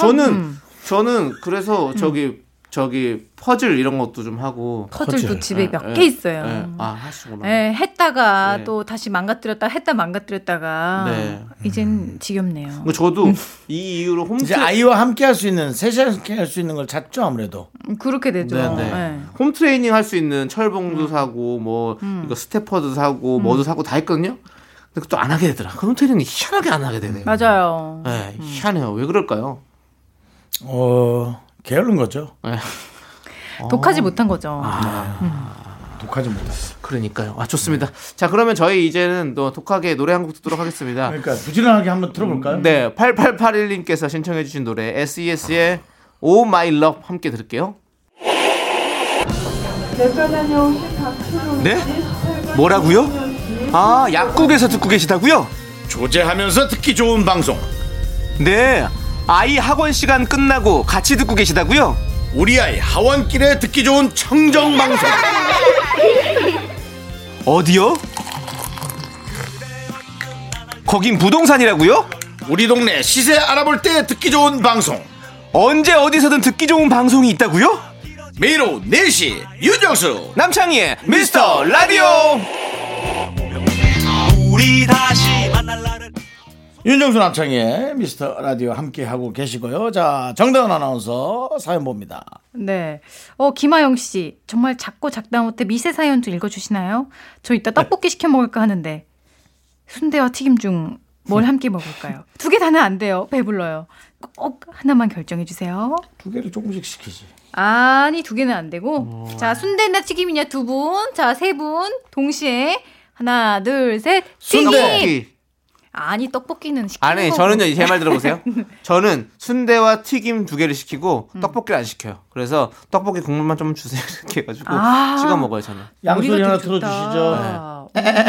Speaker 2: 저는
Speaker 5: 음.
Speaker 2: 저는 그래서 저기 저기 퍼즐 이런 것도 좀 하고
Speaker 5: 퍼즐도
Speaker 1: 퍼즐.
Speaker 5: 집에 몇
Speaker 2: 예,
Speaker 5: 개 있어요.
Speaker 2: 예. 아 하시구나.
Speaker 5: 예, 했다가
Speaker 2: 네.
Speaker 5: 또 다시 망가뜨렸다 했다 망가뜨렸다가
Speaker 2: 네.
Speaker 5: 이젠 지겹네요.
Speaker 2: 뭐 저도 이 이후로 홈트
Speaker 1: 이제 아이와 함께 할 수 있는 셋이 함께 할 수 있는 걸 찾죠 아무래도.
Speaker 5: 음, 그렇게 되죠.
Speaker 2: 네, 네.
Speaker 5: 예.
Speaker 2: 홈 트레이닝 할 수 있는 철봉도 사고 뭐 이거 스테퍼도 사고 뭐도 사고 다 했거든요. 근데 그것도 안 하게 되더라. 홈 트레이닝 희한하게 안 하게 되네요.
Speaker 5: 맞아요.
Speaker 2: 네, 희한해요. 왜 그럴까요?
Speaker 1: 어 게으른 거죠.
Speaker 2: 네.
Speaker 5: 독하지 못한 거죠.
Speaker 1: 독하지 못했어.
Speaker 2: 그러니까요. 아 좋습니다. 자 그러면 저희 이제는 또 독하게 노래 한 곡 듣도록 하겠습니다.
Speaker 1: 그러니까 부지런하게 한번 들어볼까요?
Speaker 2: 네, 8881님께서 신청해주신 노래
Speaker 6: E
Speaker 2: SES의 Oh My Love 함께 들을게요.
Speaker 6: 네? 뭐라고요? 아, 약국에서 듣고 계시다고요?
Speaker 1: 조제하면서 듣기 좋은 방송.
Speaker 6: 네. 아이 학원 시간 끝나고 같이 듣고 계시다고요?
Speaker 1: 우리 아이 하원길에 듣기 좋은 청정 방송.
Speaker 6: 어디요? 거긴 부동산이라고요?
Speaker 1: 우리 동네 시세 알아볼 때 듣기 좋은 방송.
Speaker 6: 언제 어디서든 듣기 좋은 방송이 있다고요?
Speaker 1: 매일 오후 4시 윤정수
Speaker 6: 남창희의 미스터 라디오.
Speaker 1: 윤정수 남창의 미스터 라디오 함께 하고 계시고요. 자 정다은 아나운서 사연 봅니다.
Speaker 5: 네. 어, 김하영 씨. 정말 작고 작다 못해 미세 사연 좀 읽어주시나요? 저 이따 떡볶이 시켜 먹을까 하는데. 순대와 튀김 중 뭘 함께 먹을까요? 두 개 다는 안 돼요. 배불러요. 꼭 하나만 결정해주세요.
Speaker 1: 두 개를 조금씩 시키지.
Speaker 5: 아니, 두 개는 안 되고. 자, 순대나 튀김이냐 두 분. 자, 세 분 동시에. 하나, 둘, 셋. 튀김!
Speaker 1: 순대.
Speaker 5: 아니, 떡볶이는 시키는
Speaker 2: 아니
Speaker 5: 거고.
Speaker 2: 저는요 제 말 들어보세요. 저는 순대와 튀김 두 개를 시키고
Speaker 6: 음.
Speaker 2: 떡볶이를 안 시켜요. 그래서 떡볶이 국물만 좀 주세요 (laughs) 이렇게 해가지고
Speaker 5: 아.
Speaker 2: 찍어 먹어요 저는.
Speaker 1: 양소리
Speaker 5: 머리가
Speaker 1: 하나
Speaker 5: 되게 좋다. 네.
Speaker 1: 틀어주시죠.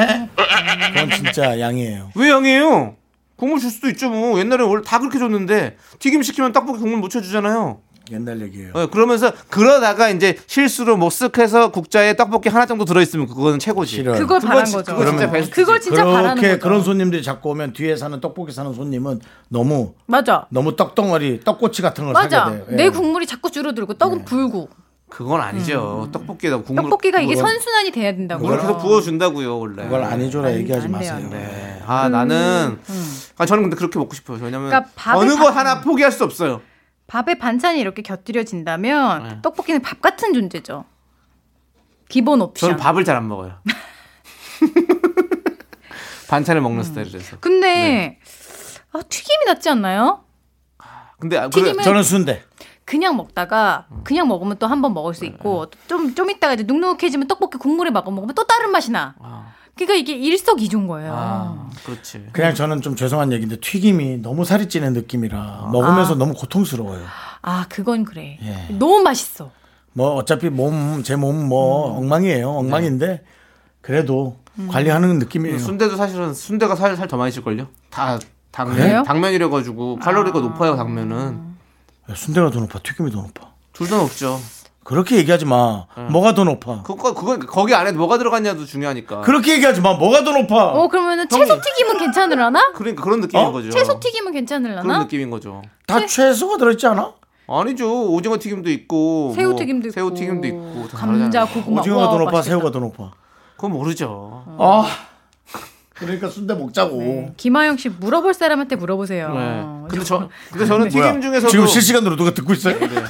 Speaker 1: 그건 진짜 양이에요.
Speaker 2: 왜 양이에요? 국물 줄 수도 있죠 뭐. 옛날에 원래 다 그렇게 줬는데 튀김 시키면 떡볶이 국물 묻혀 주잖아요. 네,
Speaker 1: 옛날 얘기예요.
Speaker 2: 그러면서 그러다가 이제 실수로 못쓱해서 국자에 떡볶이 하나 정도 들어있으면 그거는 최고지.
Speaker 1: 싫어요.
Speaker 5: 그걸
Speaker 2: 그건
Speaker 5: 바란
Speaker 2: 진-
Speaker 5: 거죠.
Speaker 2: 네. 그거 진짜 베스트지.
Speaker 5: 그걸 진짜 바라는
Speaker 1: 그렇게
Speaker 5: 거죠.
Speaker 1: 그런 손님들이 자꾸 오면 뒤에 사는 떡볶이 사는 손님은 너무
Speaker 5: 맞아.
Speaker 1: 너무 떡덩어리 떡꼬치 같은 걸
Speaker 5: 맞아.
Speaker 1: 사게 돼요. 예.
Speaker 5: 내 국물이 자꾸 줄어들고 떡은 불고
Speaker 2: 그건 아니죠. 떡볶이에다 예. 국물
Speaker 5: 음, 떡볶이가 아. 이게
Speaker 2: 그거-
Speaker 5: 선순환이 돼야 된다고.
Speaker 2: 국물 계속 부어준다고요 원래.
Speaker 1: 그걸 안 해줘라
Speaker 5: 안-
Speaker 1: 얘기하지
Speaker 5: 안 돼요,
Speaker 1: 마세요.
Speaker 5: 안 돼요.
Speaker 2: 네. 아 나는 아 저는 근데 그렇게 먹고 싶어요. 왜냐면
Speaker 5: 음, 그러니까 밥을
Speaker 2: 어느
Speaker 5: 다-
Speaker 2: 거 하나 포기할 수 없어요.
Speaker 5: 밥에 반찬이 이렇게 곁들여진다면
Speaker 2: 예.
Speaker 5: 떡볶이는 밥 같은 존재죠. 기본 옵션.
Speaker 2: 저는 밥을 잘 안
Speaker 5: (laughs)
Speaker 2: 먹어요. 반찬을 먹는
Speaker 5: 음.
Speaker 2: 스타일이라서.
Speaker 5: 근데
Speaker 2: 네.
Speaker 5: 아, 튀김이 낫지 않나요?
Speaker 2: 근데 아, 그래,
Speaker 5: 튀김은
Speaker 1: 네. 저는 순대.
Speaker 5: 그냥 먹다가 그냥 먹으면 또 한 번 먹을 수 있고
Speaker 2: 네.
Speaker 5: 좀 좀 있다가 이제 눅눅해지면 떡볶이 국물에 막아 먹으면 또 다른 맛이 나. 그러니까 이게 일석이조인 거예요.
Speaker 2: 아, 그렇지.
Speaker 1: 그냥 저는 좀 죄송한 얘기인데 튀김이 너무 살이 찌는 느낌이라 먹으면서 너무 고통스러워요.
Speaker 5: 아 그건 그래.
Speaker 1: 예.
Speaker 5: 너무 맛있어.
Speaker 1: 뭐 어차피 몸, 제 몸 뭐
Speaker 2: 음.
Speaker 1: 엉망이에요. 엉망인데 그래도 관리하는 느낌이에요.
Speaker 2: 네. 순대도 사실은 순대가 살 살 더 많이 찔걸요. 다 당면
Speaker 5: 그래요?
Speaker 2: 당면이라 가지고 칼로리가 높아요 당면은.
Speaker 1: 야, 순대가 더 높아, 튀김이 더 높아.
Speaker 2: 둘 다 높죠.
Speaker 1: 그렇게 얘기하지 마.
Speaker 2: 음.
Speaker 1: 뭐가 더 높아?
Speaker 2: 그거 그거 거기 안에 뭐가 들어갔냐도 중요하니까.
Speaker 1: 그렇게 얘기하지 마. 뭐가 더 높아?
Speaker 5: 어 그러면은 채소 튀김은 괜찮으려나?
Speaker 2: 그러니까 그런 느낌인
Speaker 1: 어?
Speaker 2: 거죠.
Speaker 5: 채소 튀김은
Speaker 2: 그런
Speaker 5: 괜찮으려나?
Speaker 2: 느낌인 거죠.
Speaker 1: 다 최소가 들어있지 않아?
Speaker 2: 아니죠. 오징어 튀김도 있고
Speaker 5: 새우
Speaker 2: 뭐
Speaker 5: 튀김도 있고,
Speaker 2: 새우 튀김도 있고 다
Speaker 5: 감자
Speaker 2: 다르잖아요. 음.
Speaker 5: 고구마
Speaker 1: 오징어가 더
Speaker 5: 우와,
Speaker 1: 높아,
Speaker 5: 맛있겠다.
Speaker 1: 새우가 더 높아.
Speaker 2: 그건 모르죠.
Speaker 1: 아, 그러니까 순대 먹자고.
Speaker 2: 네.
Speaker 5: 김하영 씨 물어볼 사람한테 물어보세요. 어,
Speaker 2: 근데 저 근데 저는
Speaker 1: 뭐야,
Speaker 2: 튀김 중에서도
Speaker 1: 지금 실시간으로 누가 듣고 있어요?
Speaker 2: 저는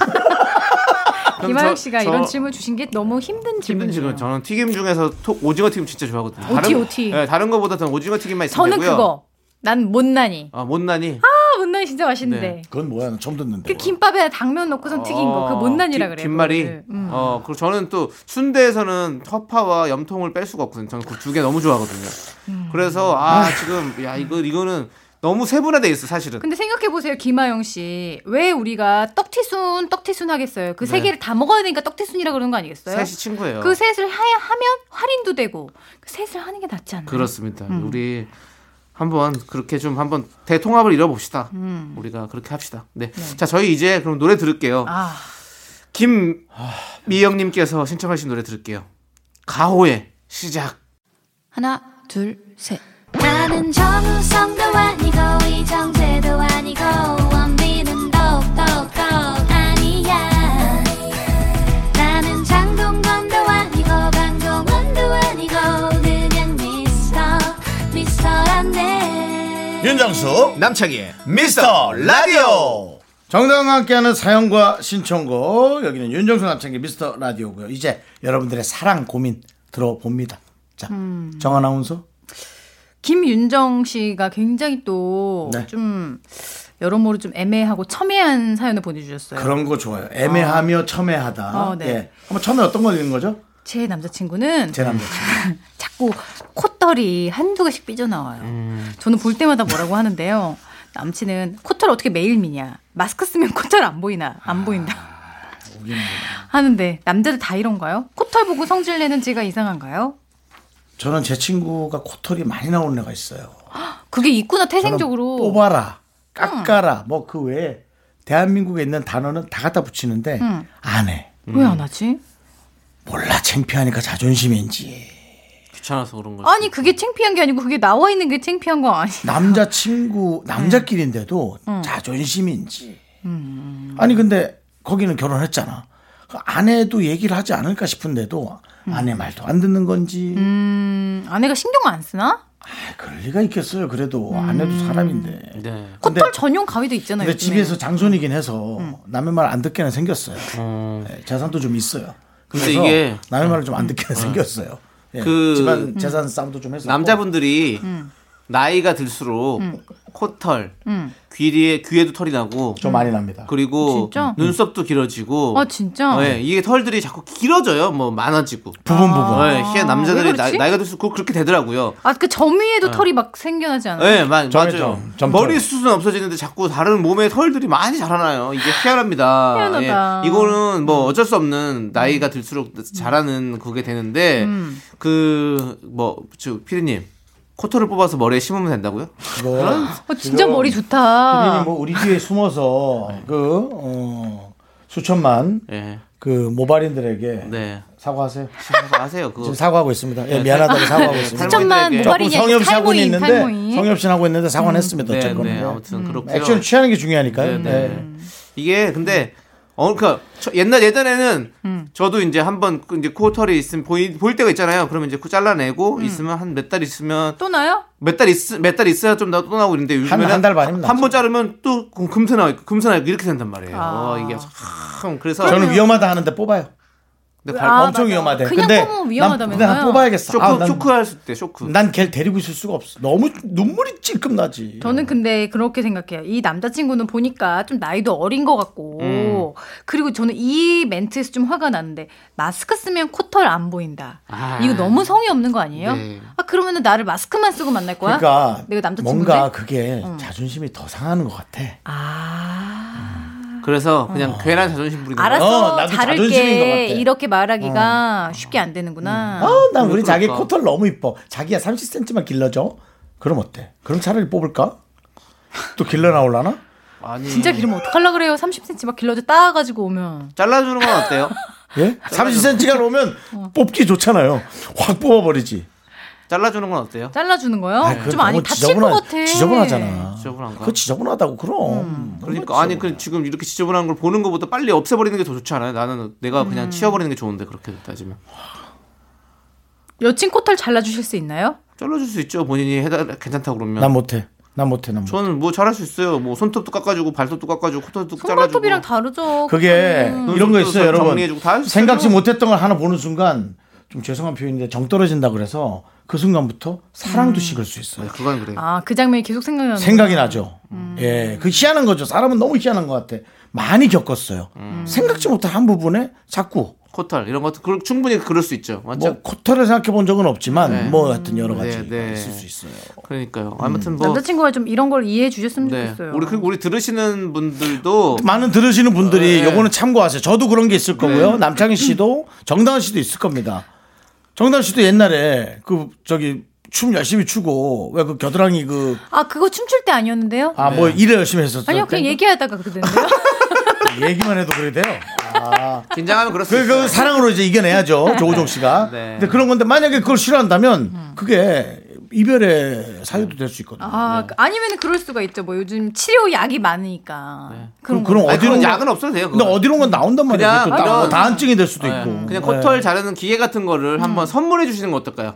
Speaker 2: 저-
Speaker 5: 김하영 씨가
Speaker 2: 저-
Speaker 5: 이런 질문 주신 게 너무 힘든
Speaker 2: 힘든
Speaker 5: 질문이에요.
Speaker 2: 지금 저는 튀김 중에서 토- 오징어 튀김 진짜 좋아하거든요.
Speaker 5: 오티, 오티.
Speaker 2: 예, 다른 거보다 저는 오징어 튀김만 있으면
Speaker 5: 저는
Speaker 2: 되고요.
Speaker 5: 그거. 난 못난이.
Speaker 2: 아, 못나니.
Speaker 5: 아, 못난이 진짜 맛있는데.
Speaker 2: 네.
Speaker 1: 그건 뭐야? 나 처음 듣는데.
Speaker 5: 그 김밥에 당면 넣고선 튀긴 거. 그거 못난이라 그래요.
Speaker 2: 어. 김말이.
Speaker 5: 그거를. 음.
Speaker 2: 어, 그리고 저는 또 순대에서는 허파와 염통을 뺄 수가 없거든요. 저는 그 두 개 너무 좋아하거든요.
Speaker 5: 음.
Speaker 2: 그래서 아, 지금 야, 이거 이거는 너무 세분화돼 있어, 사실은.
Speaker 5: 근데 생각해 보세요, 김하영 씨. 왜 우리가 떡튀순, 떡튀순 하겠어요? 그 세 개를 다 먹어야 되니까 떡튀순이라 그러는 거 아니겠어요?
Speaker 2: 네. 셋이 친구예요.
Speaker 5: 그 셋을 하, 하면 할인도 되고 그 셋을 하는 게 낫지 않나요?
Speaker 2: 그렇습니다.
Speaker 5: 음.
Speaker 2: 우리 한번 그렇게 좀 한번 대통합을 이뤄봅시다. 우리가 그렇게 합시다. 네. 자, 저희 이제 그럼 노래 들을게요.
Speaker 5: 음. 아.
Speaker 2: 김미영님께서 신청하신 노래 들을게요. 가호의 시작.
Speaker 3: 하나, 둘, 셋.
Speaker 7: 나는 정우성도 아니고 이정재도 아니고 원빈은 더욱더 아니야 나는 장동건도 아니고 강동원도 아니고 그냥 미스터 미스터란데
Speaker 1: 윤정수
Speaker 6: 남창희의
Speaker 1: 미스터 라디오. 정당과 함께하는 사연과 신청곡 여기는 윤정수 남창기 미스터 라디오고요. 이제 여러분들의 사랑 고민 들어봅니다. 자,
Speaker 5: 음.
Speaker 1: 정 아나운서.
Speaker 5: 김윤정 씨가 굉장히 또
Speaker 1: 네.
Speaker 5: 좀 여러모로 좀 애매하고 첨예한 사연을 보내주셨어요.
Speaker 1: 그런 거 좋아요. 애매하며 첨예하다.
Speaker 5: 어, 네.
Speaker 1: 예. 한번 처음에 어떤 거 읽는 거죠?
Speaker 5: 제 남자친구는
Speaker 1: 제 남자친구.
Speaker 5: 자꾸 콧털이 한두 개씩 삐져나와요.
Speaker 1: 음.
Speaker 5: 저는 볼 때마다 뭐라고 하는데요. 남친은 콧털 어떻게 매일 미냐. 마스크 쓰면 콧털 안 보이나.
Speaker 1: 아,
Speaker 5: 안 보인다.
Speaker 1: 뭐.
Speaker 5: 하는데 남자들 다 이런가요? 콧털 보고 성질 내는 제가 이상한가요?
Speaker 1: 저는 제 친구가 코털이 많이 나오는 애가 있어요.
Speaker 5: 그게 있구나
Speaker 1: 저는
Speaker 5: 태생적으로. 음.
Speaker 1: 뽑아라, 깎아라, 뭐 그 외에 대한민국에 있는 단어는 다 갖다 붙이는데
Speaker 5: 음.
Speaker 1: 안 해.
Speaker 5: 왜 안 하지?
Speaker 1: 몰라 창피하니까 자존심인지
Speaker 2: 귀찮아서 그런 거.
Speaker 5: 아니 그게 창피한 게 아니고 그게 나와 있는 게 창피한 거 아니?
Speaker 1: 남자
Speaker 5: 음.
Speaker 1: 친구 남자끼리인데도 자존심인지
Speaker 5: 음.
Speaker 1: 아니 근데 거기는 결혼했잖아 그 아내도 얘기를 하지 않을까 싶은데도 아내 말도 안 듣는 건지
Speaker 5: 음, 아내가 신경 안 쓰나?
Speaker 1: 아, 그럴 리가 있겠어요 그래도 아내도 사람인데
Speaker 2: 네.
Speaker 1: 근데-
Speaker 5: 음. 콧털 전용 가위도 있잖아요.
Speaker 1: 근데
Speaker 5: 요즘에. 음.
Speaker 1: 집에서 장손이긴 해서 남의 말 안 듣게는 생겼어요 예, 재산도 좀 있어요
Speaker 2: 근데
Speaker 1: 그래서
Speaker 2: 이게- 음.
Speaker 1: 남의 말을 좀 안 듣게는 생겼어요 예,
Speaker 2: 그-
Speaker 5: 음.
Speaker 1: 집안 재산 싸움도 좀 해서
Speaker 2: 남자분들이 나이가 들수록
Speaker 5: 음.
Speaker 2: 코털, 귀리에 귀에도 털이 나고
Speaker 1: 좀 많이 납니다
Speaker 2: 그리고
Speaker 5: 진짜?
Speaker 2: 눈썹도 길어지고.
Speaker 5: 아, 진짜?
Speaker 2: 예, 이게 털들이 자꾸 길어져요. 뭐 많아지고.
Speaker 1: 부분 부분
Speaker 2: 예, 희한 남자들이
Speaker 5: 왜 그렇지?
Speaker 2: 나, 이가 들수록 그렇게 되더라고요.
Speaker 5: 아, 그 점위에도 털이 막 생겨나지 않아요?
Speaker 2: 예, 마- 맞아요.
Speaker 1: 점점, 점점.
Speaker 2: 머리 숱은 없어지는데 자꾸 다른 몸에 털들이 많이 자라나요. 이게 희한합니다.
Speaker 5: 희한하다.
Speaker 2: 예, 이거는 뭐 어쩔 수 없는 나이가 들수록 자라는 그게 되는데 그뭐 피디님 코털을 뽑아서 머리에 심으면 된다고요?
Speaker 1: 그거
Speaker 2: 아.
Speaker 5: 어, 진짜 머리 좋다.
Speaker 1: 피디님 뭐 우리 뒤에 숨어서
Speaker 2: 네.
Speaker 1: 그 어, 수천만
Speaker 2: 예,
Speaker 1: 그 모발인들에게
Speaker 2: 네.
Speaker 1: 사과하세요.
Speaker 2: 심어서 하세요. 그거 네,
Speaker 1: 지금 사과하고 있습니다. 예, 미안하다고 사과하고 있습니다.
Speaker 2: 탈모-
Speaker 5: 수천만
Speaker 2: 모발이냐,
Speaker 1: 조금
Speaker 5: 모발이냐
Speaker 1: 성엽씨 하고
Speaker 5: 탈모인
Speaker 1: 있는데
Speaker 5: 탈모인. 음.
Speaker 1: 성엽씨 하고 있는데 사과는 했습니다.
Speaker 2: 네,
Speaker 1: 어쨌건
Speaker 2: 네, 아무튼 그렇고요.
Speaker 1: 액션 취하는 게 중요하니까요.
Speaker 2: 네,
Speaker 1: 네.
Speaker 2: 네. 이게 근데 어 그러니까 저- 옛날 예전에는 저도 이제 한번 그 이제 코털이 있으면 보이, 보일 때가 있잖아요. 그러면 이제 그 잘라내고 있으면 한 몇 달 있으면
Speaker 5: 또 나요?
Speaker 2: 몇 달 있 몇 달 있어야 좀 나- 또 나오고 있는데 요즘에는
Speaker 1: 한달 반이면
Speaker 2: 한번 자르면 또 금- 금세 나와 있고 금세 나와 있고 이렇게 된단 말이에요.
Speaker 5: 아.
Speaker 2: 어, 이게 참 그래서
Speaker 1: 저는 위험하다 하는데 뽑아요.
Speaker 2: 근데 발-
Speaker 5: 아,
Speaker 1: 엄청
Speaker 5: 맞아.
Speaker 1: 위험하대.
Speaker 5: 그냥
Speaker 1: 근데
Speaker 5: 뽑으면
Speaker 1: 난-
Speaker 5: 위험하다면서요?
Speaker 1: 근데 난 뽑아야겠어.
Speaker 2: 쇼크
Speaker 1: 아, 난,
Speaker 2: 쇼크 할 수 있대 쇼크.
Speaker 1: 난걔 데리고 있을 수가 없어. 너무 눈물이 찔끔 나지.
Speaker 5: 저는 근데 그렇게 생각해요. 이 남자친구는 보니까 좀 나이도 어린 것 같고, 그리고 저는 이 멘트에서 좀 화가 나는데, 마스크 쓰면 코털 안 보인다.
Speaker 2: 아.
Speaker 5: 이거 너무 성의 없는 거 아니에요?
Speaker 2: 네.
Speaker 5: 아, 그러면은 나를 마스크만 쓰고 만날 거야?
Speaker 1: 그러니까
Speaker 5: 내가 남자친구인데? 어.
Speaker 1: 뭔가 그게 자존심이 더 상하는 것 같아.
Speaker 5: 아.
Speaker 2: 그래서 그냥 괜한 자존심 부리는 거야.
Speaker 5: 알았어.
Speaker 1: 어, 나도 자존심인 것
Speaker 5: 자를게.
Speaker 1: 같아. 어.
Speaker 5: 이렇게 말하기가 쉽게 안 되는구나.
Speaker 1: 아, 난 우리
Speaker 2: 그럴까?
Speaker 1: 자기 코털 너무 이뻐. 자기야 30cm만 길러줘. 그럼 어때? 그럼 차라리 뽑을까? 또 길러 나올라나?
Speaker 2: 아니
Speaker 5: 진짜 기르면 어떡하려 그래요? 30cm 막 길러져 따가지고 오면.
Speaker 2: 잘라주는 건 어때요?
Speaker 1: 예? 30cm가 오면 뽑기 좋잖아요. 확 뽑아버리지.
Speaker 2: 잘라주는 건 어때요?
Speaker 5: 잘라주는 거요?
Speaker 1: 아이, 그거
Speaker 5: 좀
Speaker 1: 너무
Speaker 5: 아니 다칠 것
Speaker 1: 지저분하-
Speaker 5: 같아.
Speaker 1: 지저분하잖아. 음.
Speaker 2: 지저분한가?
Speaker 1: 그거 지저분하다고 그럼.
Speaker 2: 그러니까 아니 그 지금 이렇게 지저분한 걸 보는 것보다 빨리 없애버리는 게 더 좋지 않아요? 나는 내가 그냥
Speaker 5: 음.
Speaker 2: 치워버리는 게 좋은데 그렇게 따지면
Speaker 5: 여친 코털 잘라주실 수 있나요?
Speaker 2: 잘라줄 수 있죠. 본인이 해달 괜찮다 그러면.
Speaker 1: 난 못해. 난 못해. 난 못해.
Speaker 2: 저는 뭐 잘할 수 있어요. 뭐 손톱도 깎아주고 발톱도 깎아주고 콧톱도 잘라주고.
Speaker 5: 손발톱이랑 다르죠.
Speaker 1: 그게
Speaker 5: 그거는.
Speaker 1: 이런 거 있어요,
Speaker 2: 음.
Speaker 1: 여러분.
Speaker 2: 정리해주고 다할수 있어요.
Speaker 1: 생각지 못했던 걸 하나 보는 순간 좀 죄송한 표현인데 정 떨어진다 그래서 그 순간부터 사랑도 식을 수 있어요.
Speaker 2: 네, 그건 그래요.
Speaker 5: 아, 그 장면이 계속
Speaker 2: 음.
Speaker 5: 생각나는
Speaker 1: 생각이 나죠. 예, 그 희한한 거죠. 사람은 너무 희한한 것 같아. 많이 겪었어요.
Speaker 2: 음.
Speaker 1: 생각지 못한 한 부분에 자꾸
Speaker 2: 코털 이런 것도 그 충분히 그럴 수 있죠. 맞죠?
Speaker 1: 뭐 코털을 생각해 본 적은 없지만
Speaker 2: 아, 네.
Speaker 1: 뭐 하여튼 여러 가지
Speaker 2: 네, 네.
Speaker 1: 있을 수 있어요.
Speaker 2: 그러니까요. 아무튼 뭐
Speaker 5: 남자친구가 좀 이런 걸 이해해 주셨으면
Speaker 2: 네.
Speaker 5: 좋겠어요.
Speaker 2: 우리 그리고 우리
Speaker 1: (laughs)
Speaker 2: 들으시는 분들도
Speaker 1: 많은 들으시는 분들이
Speaker 2: 네.
Speaker 1: 요거는 참고하세요. 저도 그런 게 있을 거고요. 남창희
Speaker 2: (laughs)
Speaker 1: 씨도 정다은 씨도 있을 겁니다. 정다은 씨도 옛날에 그 저기 춤 열심히 추고 왜 그 겨드랑이 그
Speaker 5: 아, 그거 춤출 때 아니었는데요?
Speaker 1: 아
Speaker 2: 네.
Speaker 1: 뭐 일을 열심히 했었어요.
Speaker 5: 아니요, 그냥 얘기하다가
Speaker 1: (laughs)
Speaker 5: 그러던데요.
Speaker 1: 만 해도 그래 돼요. 아.
Speaker 2: 긴장하면 그럴 수
Speaker 1: 그,
Speaker 2: 있어요.
Speaker 1: 그 사랑으로 이제 이겨내야죠. 조우종 씨가.
Speaker 2: 네.
Speaker 1: 근데 그런 건데 만약에 그걸 싫어한다면 그게 이별의 사유도 될 수 있거든요.
Speaker 5: 아, 그- 아니면 그럴 수가 있죠. 뭐 요즘 치료약이 많으니까. 그런
Speaker 1: 네. 그럼,
Speaker 5: 거.
Speaker 1: 그럼
Speaker 2: 아니, 그건
Speaker 1: 어디론가
Speaker 2: 약은 없어도 돼요.
Speaker 1: 근데
Speaker 2: 그건.
Speaker 1: 어디론가 나온단 말이에요.
Speaker 2: 그냥
Speaker 1: 그게 또 다,
Speaker 2: 이런-
Speaker 1: 다한증이 될 수도
Speaker 2: 네.
Speaker 1: 있고.
Speaker 2: 그냥
Speaker 1: 네.
Speaker 2: 코털 자르는 기계 같은 거를
Speaker 5: 음.
Speaker 2: 한번 선물해 주시는 거 어떨까요?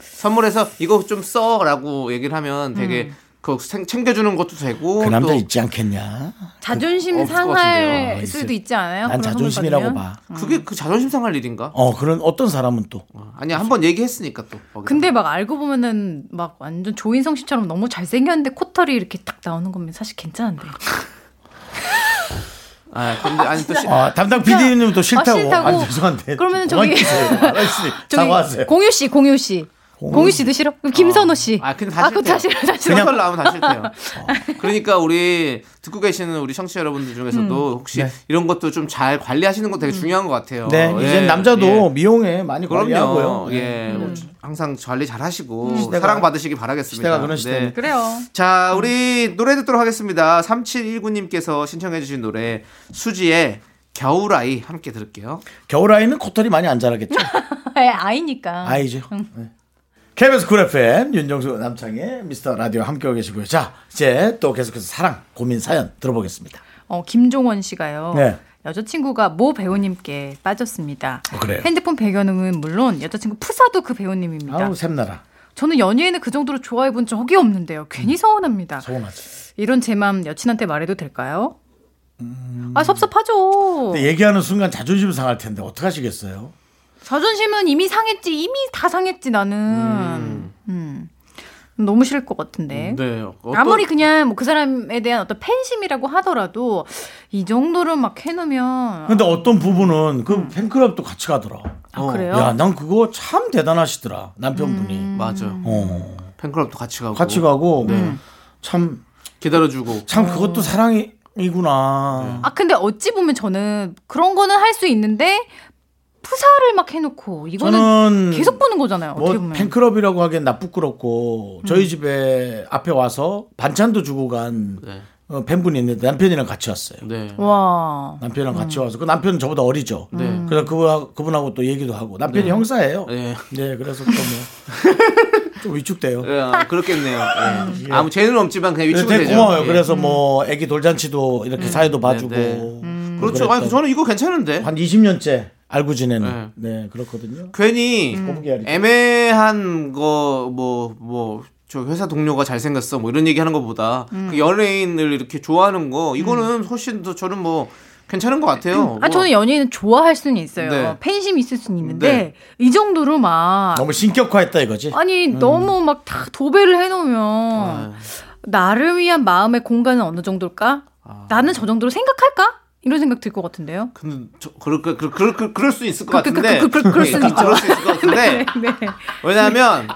Speaker 2: 선물해서 이거 좀 써라고 얘기를 하면 되게
Speaker 5: 음.
Speaker 2: 그거 챙- 챙겨주는 것도 되고
Speaker 1: 그 남자
Speaker 2: 또
Speaker 1: 있지 않겠냐?
Speaker 5: 자존심
Speaker 2: 없을 것
Speaker 5: 상할
Speaker 2: 같은데요.
Speaker 5: 수도 있지 않아요?
Speaker 1: 난
Speaker 5: 그런
Speaker 1: 자존심이라고
Speaker 5: 선물
Speaker 1: 봐.
Speaker 5: 음.
Speaker 2: 그게 그 자존심 상할 일인가?
Speaker 1: 어 그런 어떤 사람은 또
Speaker 2: 아니 한번 얘기했으니까 또. 거기서.
Speaker 5: 근데 막 알고 보면은 막 완전 조인성 씨처럼 너무 잘생겼는데 코털이 이렇게 딱 나오는 거면 사실 괜찮은데.
Speaker 2: 아 근데 아니 또 시-
Speaker 1: 아, 담당 PD님도 싫다고.
Speaker 5: 아, 싫다고.
Speaker 1: 아니, 죄송한데.
Speaker 5: 그러면은
Speaker 1: 좀 그만
Speaker 5: 저기-
Speaker 1: 주세요. 알았으니 (laughs) 사과하세요.
Speaker 5: 공유 씨, 공유 씨. 공유 씨도 싫어? 그럼 김선호 씨.
Speaker 2: 아 근데 다시
Speaker 5: 그거 다 싫어, 다 싫어.
Speaker 2: 그냥 털 나오면 다시 돼요.
Speaker 5: (laughs)
Speaker 2: 그러니까 우리 듣고 계시는 우리 청취자 여러분들
Speaker 5: 음.
Speaker 2: 중에서도 혹시 이런 것도 좀 잘 관리하시는 것 되게 중요한 것 같아요.
Speaker 1: 네,
Speaker 2: 예,
Speaker 1: 이젠 남자도
Speaker 2: 예.
Speaker 1: 미용에 많이
Speaker 2: 그럼요.
Speaker 1: 관리하고요. 네.
Speaker 2: 예,
Speaker 5: 음.
Speaker 2: 뭐 항상 관리 잘 하시고
Speaker 1: 시대가-
Speaker 2: 사랑 받으시기 바라겠습니다. 네.
Speaker 1: 시대가 그런 시대니까.
Speaker 5: 그래요.
Speaker 1: (laughs)
Speaker 2: 자, 우리 노래 듣도록 하겠습니다. 3719님께서 신청해주신 노래 수지의 겨울아이 함께 들을게요.
Speaker 1: 겨울 아이는 코털이 많이 안 자라겠죠.
Speaker 5: 애 예, 아이니까.
Speaker 1: 아이죠. 네. KBS 쿨 FM 윤정수 남창의 미스터 라디오 함께하고 계시고요. 자 이제 또 계속해서 사랑 고민 사연 들어보겠습니다.
Speaker 5: 어, 김종원 씨가요.
Speaker 1: 네.
Speaker 5: 여자친구가 모 배우님께 빠졌습니다.
Speaker 1: 어, 그래요?
Speaker 5: 핸드폰 배경음은 물론 여자친구 푸사도 그 배우님입니다.
Speaker 1: 아우 샘나라
Speaker 5: 저는 연예인을 그 정도로 좋아해 본 적이 없는데요.
Speaker 1: 음.
Speaker 5: 괜히 서운합니다.
Speaker 1: 서운하지.
Speaker 5: 이런 제 맘 여친한테 말해도 될까요? 아 섭섭하죠.
Speaker 1: 음. 근데 얘기하는 순간 자존심 상할 텐데 어떡 하시겠어요?
Speaker 5: 자존심은 이미 상했지 이미 다 상했지 나는. 음. 너무 싫을 것
Speaker 1: 음,
Speaker 5: 같은데.
Speaker 2: 네. 어떤-
Speaker 5: 아무리 그냥 뭐 그 사람에 대한 어떤 팬심이라고 하더라도 이 정도로 막 해놓으면
Speaker 1: 근데 어떤 부분은 그 팬클럽도 같이 가더라.
Speaker 5: 음.
Speaker 1: 어.
Speaker 5: 아, 그래요? 음.
Speaker 1: 야, 난 그거 참 대단하시더라 남편분이.
Speaker 2: 맞아요.
Speaker 1: 어,
Speaker 2: 팬클럽도 같이 가고
Speaker 1: 같이 가고
Speaker 5: 네.
Speaker 1: 참
Speaker 2: 기다려주고
Speaker 1: 참 그것도 사랑이구나.
Speaker 5: 어. 아 근데 어찌 보면 저는 그런 거는 할 수 있는데 푸사를 막 해놓고 이거는
Speaker 1: 저는
Speaker 5: 계속 보는 거잖아요. 어떻게
Speaker 1: 뭐
Speaker 5: 보면.
Speaker 1: 팬클럽이라고 하기엔 나 부끄럽고
Speaker 2: 음.
Speaker 1: 저희 집에 앞에 와서 반찬도 주고 간
Speaker 2: 네.
Speaker 1: 어, 팬분이 있는데 남편이랑 같이 왔어요.
Speaker 2: 네.
Speaker 5: 와.
Speaker 1: 남편이랑 같이
Speaker 2: 음.
Speaker 1: 와서 그 남편은 저보다 어리죠. 그래서 그분하고, 그분하고 또 얘기도 하고 남편이 형사예요. 네,
Speaker 2: 네.
Speaker 1: 그래서 또뭐좀
Speaker 2: (laughs)
Speaker 1: 위축돼요.
Speaker 2: 예, 아, 그렇겠네요. 예. 아무 죄는 없지만 그냥
Speaker 1: 그래서
Speaker 2: 위축은
Speaker 1: 네, 되게
Speaker 2: 되죠.
Speaker 1: 고마워요.
Speaker 2: 예.
Speaker 1: 그래서 뭐 애기 돌잔치도 이렇게 사회도 봐주고
Speaker 2: 네.
Speaker 1: 뭐
Speaker 2: 그렇죠. 아니,
Speaker 1: 그랬던-
Speaker 2: 저는 이거 괜찮은데.
Speaker 1: 한 20년째 알고 지내는 네, 그렇거든요.
Speaker 2: 괜히
Speaker 1: 꼬부기알이죠.
Speaker 2: 애매한 거 뭐 뭐 저 회사 동료가 잘생겼어 뭐 이런 얘기하는 것보다 그 연예인을 이렇게 좋아하는 거 이거는 훨씬 더 저는 뭐 괜찮은 것 같아요.
Speaker 5: 아
Speaker 2: 뭐
Speaker 5: 저는 연예인은 좋아할 수는 있어요.
Speaker 2: 네.
Speaker 5: 팬심이 있을 수는 있는데 이 정도로 막
Speaker 1: 네. 너무 음. 신격화했다 이거지.
Speaker 2: 어?
Speaker 5: 아니 너무 막 다 도배를 해놓으면
Speaker 1: 아.
Speaker 5: 나를 위한 마음의 공간은 어느 정도일까?
Speaker 1: 아.
Speaker 5: 나는 저 정도로 생각할까? 이런 생각 들 것 같은데요. (laughs)
Speaker 2: 근데 저, 그럴 그 그- 그- 그- 그럴 수 있을 것
Speaker 5: 그- 그-
Speaker 2: 같은데
Speaker 5: 그- 그- 그- 그럴 수는
Speaker 2: 예,
Speaker 5: 있죠.
Speaker 2: 그럴 수 있을 것 같은데
Speaker 5: 네.
Speaker 2: 왜냐하면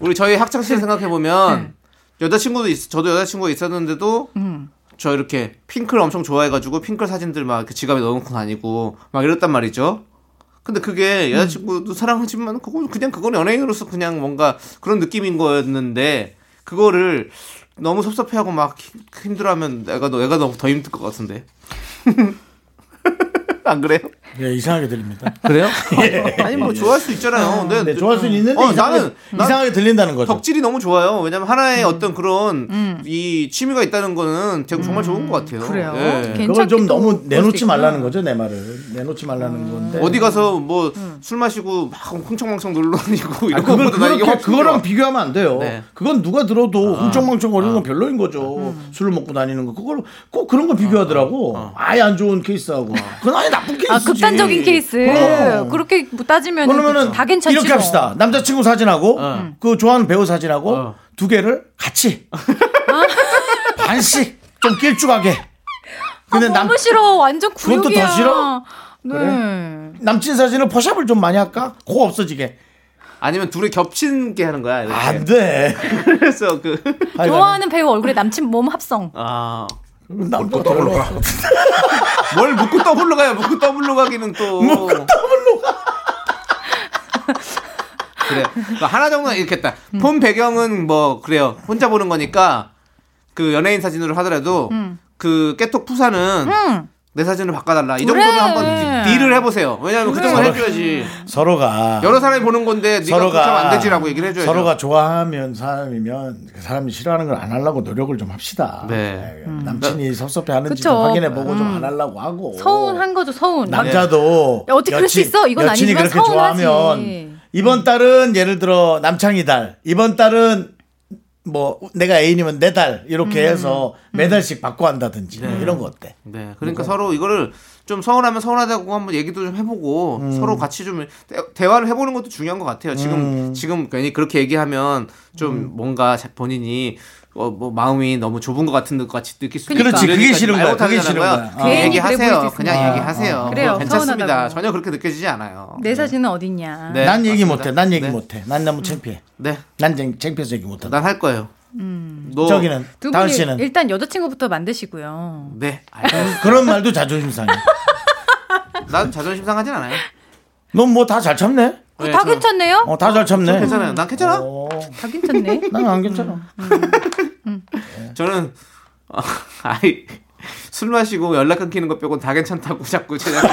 Speaker 2: 우리 저희 학창 시절 생각해 보면 여자친구도 있, 저도 여자친구가 있었는데도 저 이렇게 핑클 엄청 좋아해가지고 핑클 사진들 막 이렇게 지갑에 넣어놓고 다니고 막 이랬단 말이죠. 근데 그게 여자친구도 사랑하지만 그건 그냥 그건 연예인으로서 그냥 뭔가 그런 느낌인 거였는데 그거를 너무 섭섭해하고 막 힘- 힘들어하면 내가 너- 내가 너무 더 힘들 것 같은데. (laughs) 안 그래요?
Speaker 1: 예, 이상하게 들립니다.
Speaker 8: 그래요?
Speaker 2: 아니 뭐 좋아할 수 있잖아요. 근데
Speaker 1: 네, 좋아할 수는 있는데
Speaker 2: 어,
Speaker 1: 이상하게,
Speaker 2: 나는- 난
Speaker 1: 이상하게 들린다는 거죠.
Speaker 2: 덕질이 너무 좋아요. 왜냐면 하나의
Speaker 1: 음.
Speaker 2: 어떤 그런 이 취미가 있다는 거는 되게
Speaker 1: 음.
Speaker 2: 정말 좋은 것 같아요.
Speaker 5: 그래요.
Speaker 2: 예.
Speaker 5: 괜-
Speaker 1: 그걸 좀
Speaker 5: 괜찮기도
Speaker 1: 너무 내놓지
Speaker 5: 있구나.
Speaker 1: 말라는 거죠, 내 말을. 내놓지
Speaker 5: 음.
Speaker 1: 말라는 건데.
Speaker 2: 어디 가서 뭐 술 마시고 막 흥청망청 놀러다니고
Speaker 1: 음. 아,
Speaker 2: 이런
Speaker 1: 그걸,
Speaker 2: 것보다 나 이게
Speaker 1: 그걸,
Speaker 2: 훨씬
Speaker 1: 그거랑
Speaker 2: 좋아.
Speaker 1: 비교하면 안 돼요.
Speaker 2: 네. 아.
Speaker 1: 그건 누가 들어도 흥청망청 거리는 건 별로인 거죠.
Speaker 5: 음.
Speaker 1: 술을 먹고 다니는 거. 그걸 꼭 그런 걸 비교하더라고. 아예 안 좋은 케이스하고. 그건 아예 나쁜 케이스지.
Speaker 5: 아 극단적인 케이스.
Speaker 1: 그럼.
Speaker 5: 그렇게 뭐 따지면
Speaker 1: 어. 그러면은
Speaker 5: 다 아, 괜찮지. 뭐. 음.
Speaker 1: 이렇게 합시다. 남자친구 사진하고
Speaker 2: 어.
Speaker 1: 그 좋아하는 배우 사진하고 두 개를 같이
Speaker 5: 아.
Speaker 1: 반씩 좀 낄쭉하게. 근데
Speaker 5: 근데 아,
Speaker 1: 남
Speaker 5: 너무 싫어. 완전
Speaker 1: 그것도 더
Speaker 5: 구역이야.
Speaker 1: 싫어?
Speaker 5: 네.
Speaker 1: 남친 사진은 포샵을 좀 많이 할까? 코 없어지게.
Speaker 2: 아니면 둘이 겹친 게 하는 거야. 이렇게.
Speaker 1: 안 돼.
Speaker 2: 그래서 그
Speaker 1: 하여간은
Speaker 5: 좋아하는 배우 얼굴에 남친 몸 합성.
Speaker 2: 아.
Speaker 1: 남도 더블로 가.
Speaker 2: 뭘 묶고 더블로 가요? 묶고 더블로 가기는 또. 묶고 더블로 가. 그래. 그 하나 정도는 이렇게 했다. 폰 배경은 뭐, 그래요. 혼자 보는 거니까 그 연예인 사진으로 하더라도 그 깨톡 푸사는 내 사진을 바꿔달라. 이 정도는
Speaker 5: 그래.
Speaker 2: 한번 디- 딜을 해보세요. 왜냐하면 그 정도는 해줘야지.
Speaker 1: 서로가
Speaker 2: 여러 사람이 보는 건데 네가
Speaker 1: 서로가-
Speaker 2: 푸사면 안 되지라고 얘기를 해줘야죠.
Speaker 1: 서로가 좋아하면 사람이면 그 사람이 싫어하는 걸 안 하려고 노력을 좀 합시다.
Speaker 2: 네.
Speaker 1: 남친이 섭섭해 하는지
Speaker 5: 음. 그쵸. 음.
Speaker 1: 확인해 보고 좀 안 하려고 하고.
Speaker 5: 서운한 거죠. 서운.
Speaker 1: 남자도
Speaker 5: 야, 어떻게 그럴 수 있어? 이건
Speaker 1: 여친이
Speaker 5: 아니지만
Speaker 1: 그렇게
Speaker 5: 서운하지. 음.
Speaker 1: 좋아하면 이번 달은 예를 들어 남창이 달, 이번 달은 뭐 내가 애인이면 내 달 이렇게
Speaker 5: 음.
Speaker 1: 해서 매달씩 바꿔 한다든지 이런 거 어때?
Speaker 2: 네. 그러니까 서로 이거를 좀 서운하면 서운하다고 한번 얘기도 좀 해보고
Speaker 1: 음.
Speaker 2: 서로 같이 좀 대- 대화를 해보는 것도 중요한 것 같아요.
Speaker 1: 음.
Speaker 2: 지금 지금 괜히 그렇게 얘기하면 좀 뭔가 자- 본인이 어, 뭐 마음이 너무 좁은 것 같은 것 같이 느낄 수
Speaker 1: 그러니까.
Speaker 2: 있다.
Speaker 1: 그렇지, 그게
Speaker 2: 이러니까
Speaker 1: 싫은
Speaker 2: 말
Speaker 1: 거야.
Speaker 2: 못하게
Speaker 1: 그게 싫은
Speaker 2: 하는
Speaker 1: 거야. 어.
Speaker 2: 거야.
Speaker 5: 어. 괜히
Speaker 2: 그냥
Speaker 5: 그래 보일
Speaker 2: 얘기하세요.
Speaker 5: 수
Speaker 2: 그냥
Speaker 5: 있으니까.
Speaker 2: 얘기하세요.
Speaker 5: 그래요.
Speaker 2: 괜찮습니다.
Speaker 5: 서운하다고. 네.
Speaker 2: 전혀 그렇게 느껴지지 않아요.
Speaker 5: 내 사진은 어딨냐.
Speaker 2: 네,
Speaker 1: 난 얘기
Speaker 2: 맞습니다.
Speaker 1: 못해. 난 얘기
Speaker 2: 네.
Speaker 1: 못해. 난 너무 창피해.
Speaker 2: 네.
Speaker 1: 난 쟁- 창피해서 얘기 못한다.
Speaker 2: 난 할 거예요.
Speaker 5: 음.
Speaker 2: 너
Speaker 1: 저기는
Speaker 5: 두
Speaker 1: 다은
Speaker 5: 분이
Speaker 1: 씨는 어,
Speaker 5: 일단 여자친구부터 만드시고요.
Speaker 2: 네. 알겠습니다.
Speaker 1: 그런 말도 자존심
Speaker 5: (laughs)
Speaker 1: 상해.
Speaker 2: 난 자존심 상하진 않아요.
Speaker 1: 넌 뭐 다 잘 참네?
Speaker 5: 어, 다 괜찮네요?
Speaker 1: 어, 다 잘 참네.
Speaker 2: 괜찮아요. 난
Speaker 1: 어.
Speaker 2: 괜찮아.
Speaker 5: 다
Speaker 1: (laughs)
Speaker 5: 괜찮네.
Speaker 1: 난안 괜찮아.
Speaker 2: 저는 어, (laughs) 아이 술 마시고 연락 끊기는 것 빼곤 다 괜찮다고 자꾸 제가 (laughs)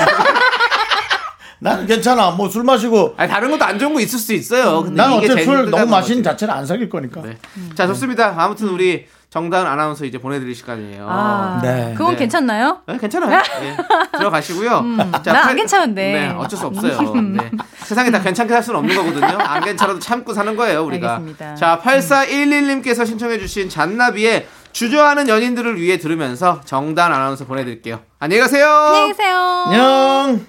Speaker 1: 난 괜찮아. 뭐 술 마시고
Speaker 2: 아니 다른 것도 안 좋은 거 있을 수 있어요. 근데
Speaker 1: 음, 난
Speaker 2: 이게
Speaker 1: 어차피
Speaker 2: 제일
Speaker 1: 술 너무
Speaker 2: 힘들다는
Speaker 1: 마신
Speaker 2: 거지.
Speaker 1: 자체를 안 사귈 거니까.
Speaker 2: 네. 자 좋습니다. 아무튼 우리 정다은 아나운서 이제 보내드릴 시간이에요.
Speaker 5: 아,
Speaker 1: 네.
Speaker 5: 그건
Speaker 2: 네.
Speaker 5: 괜찮나요?
Speaker 2: 네, 괜찮아요. 네, 들어가시고요.
Speaker 5: 음, 난안
Speaker 2: 팔-
Speaker 5: 괜찮은데.
Speaker 2: 네, 어쩔 수 없어요. 네. 세상에 다 괜찮게 살 수는 없는 거거든요. 안 괜찮아도 참고 사는 거예요, 우리가.
Speaker 5: 알겠습니다. 음.
Speaker 2: 자, 8411님께서 신청해주신 잔나비의 주저하는 연인들을 위해 들으면서 정단 아나운서 보내드릴게요. 안녕히 가세요.
Speaker 5: 안녕히 계세요.
Speaker 1: 어. 안녕.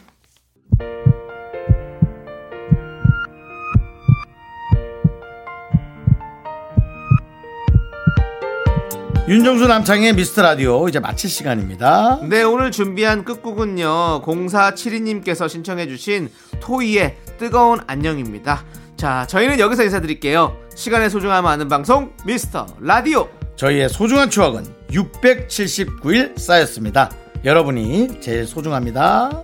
Speaker 1: 윤정수 남창의 미스터 라디오 이제 마칠 시간입니다.
Speaker 2: 네, 오늘 준비한 끝곡은요. 0472님께서 신청해주신 토이의 뜨거운 안녕입니다. 자, 저희는 여기서 인사드릴게요. 시간의 소중함 아는 방송, 미스터 라디오.
Speaker 1: 저희의 소중한 추억은 679일 쌓였습니다. 여러분이 제일 소중합니다.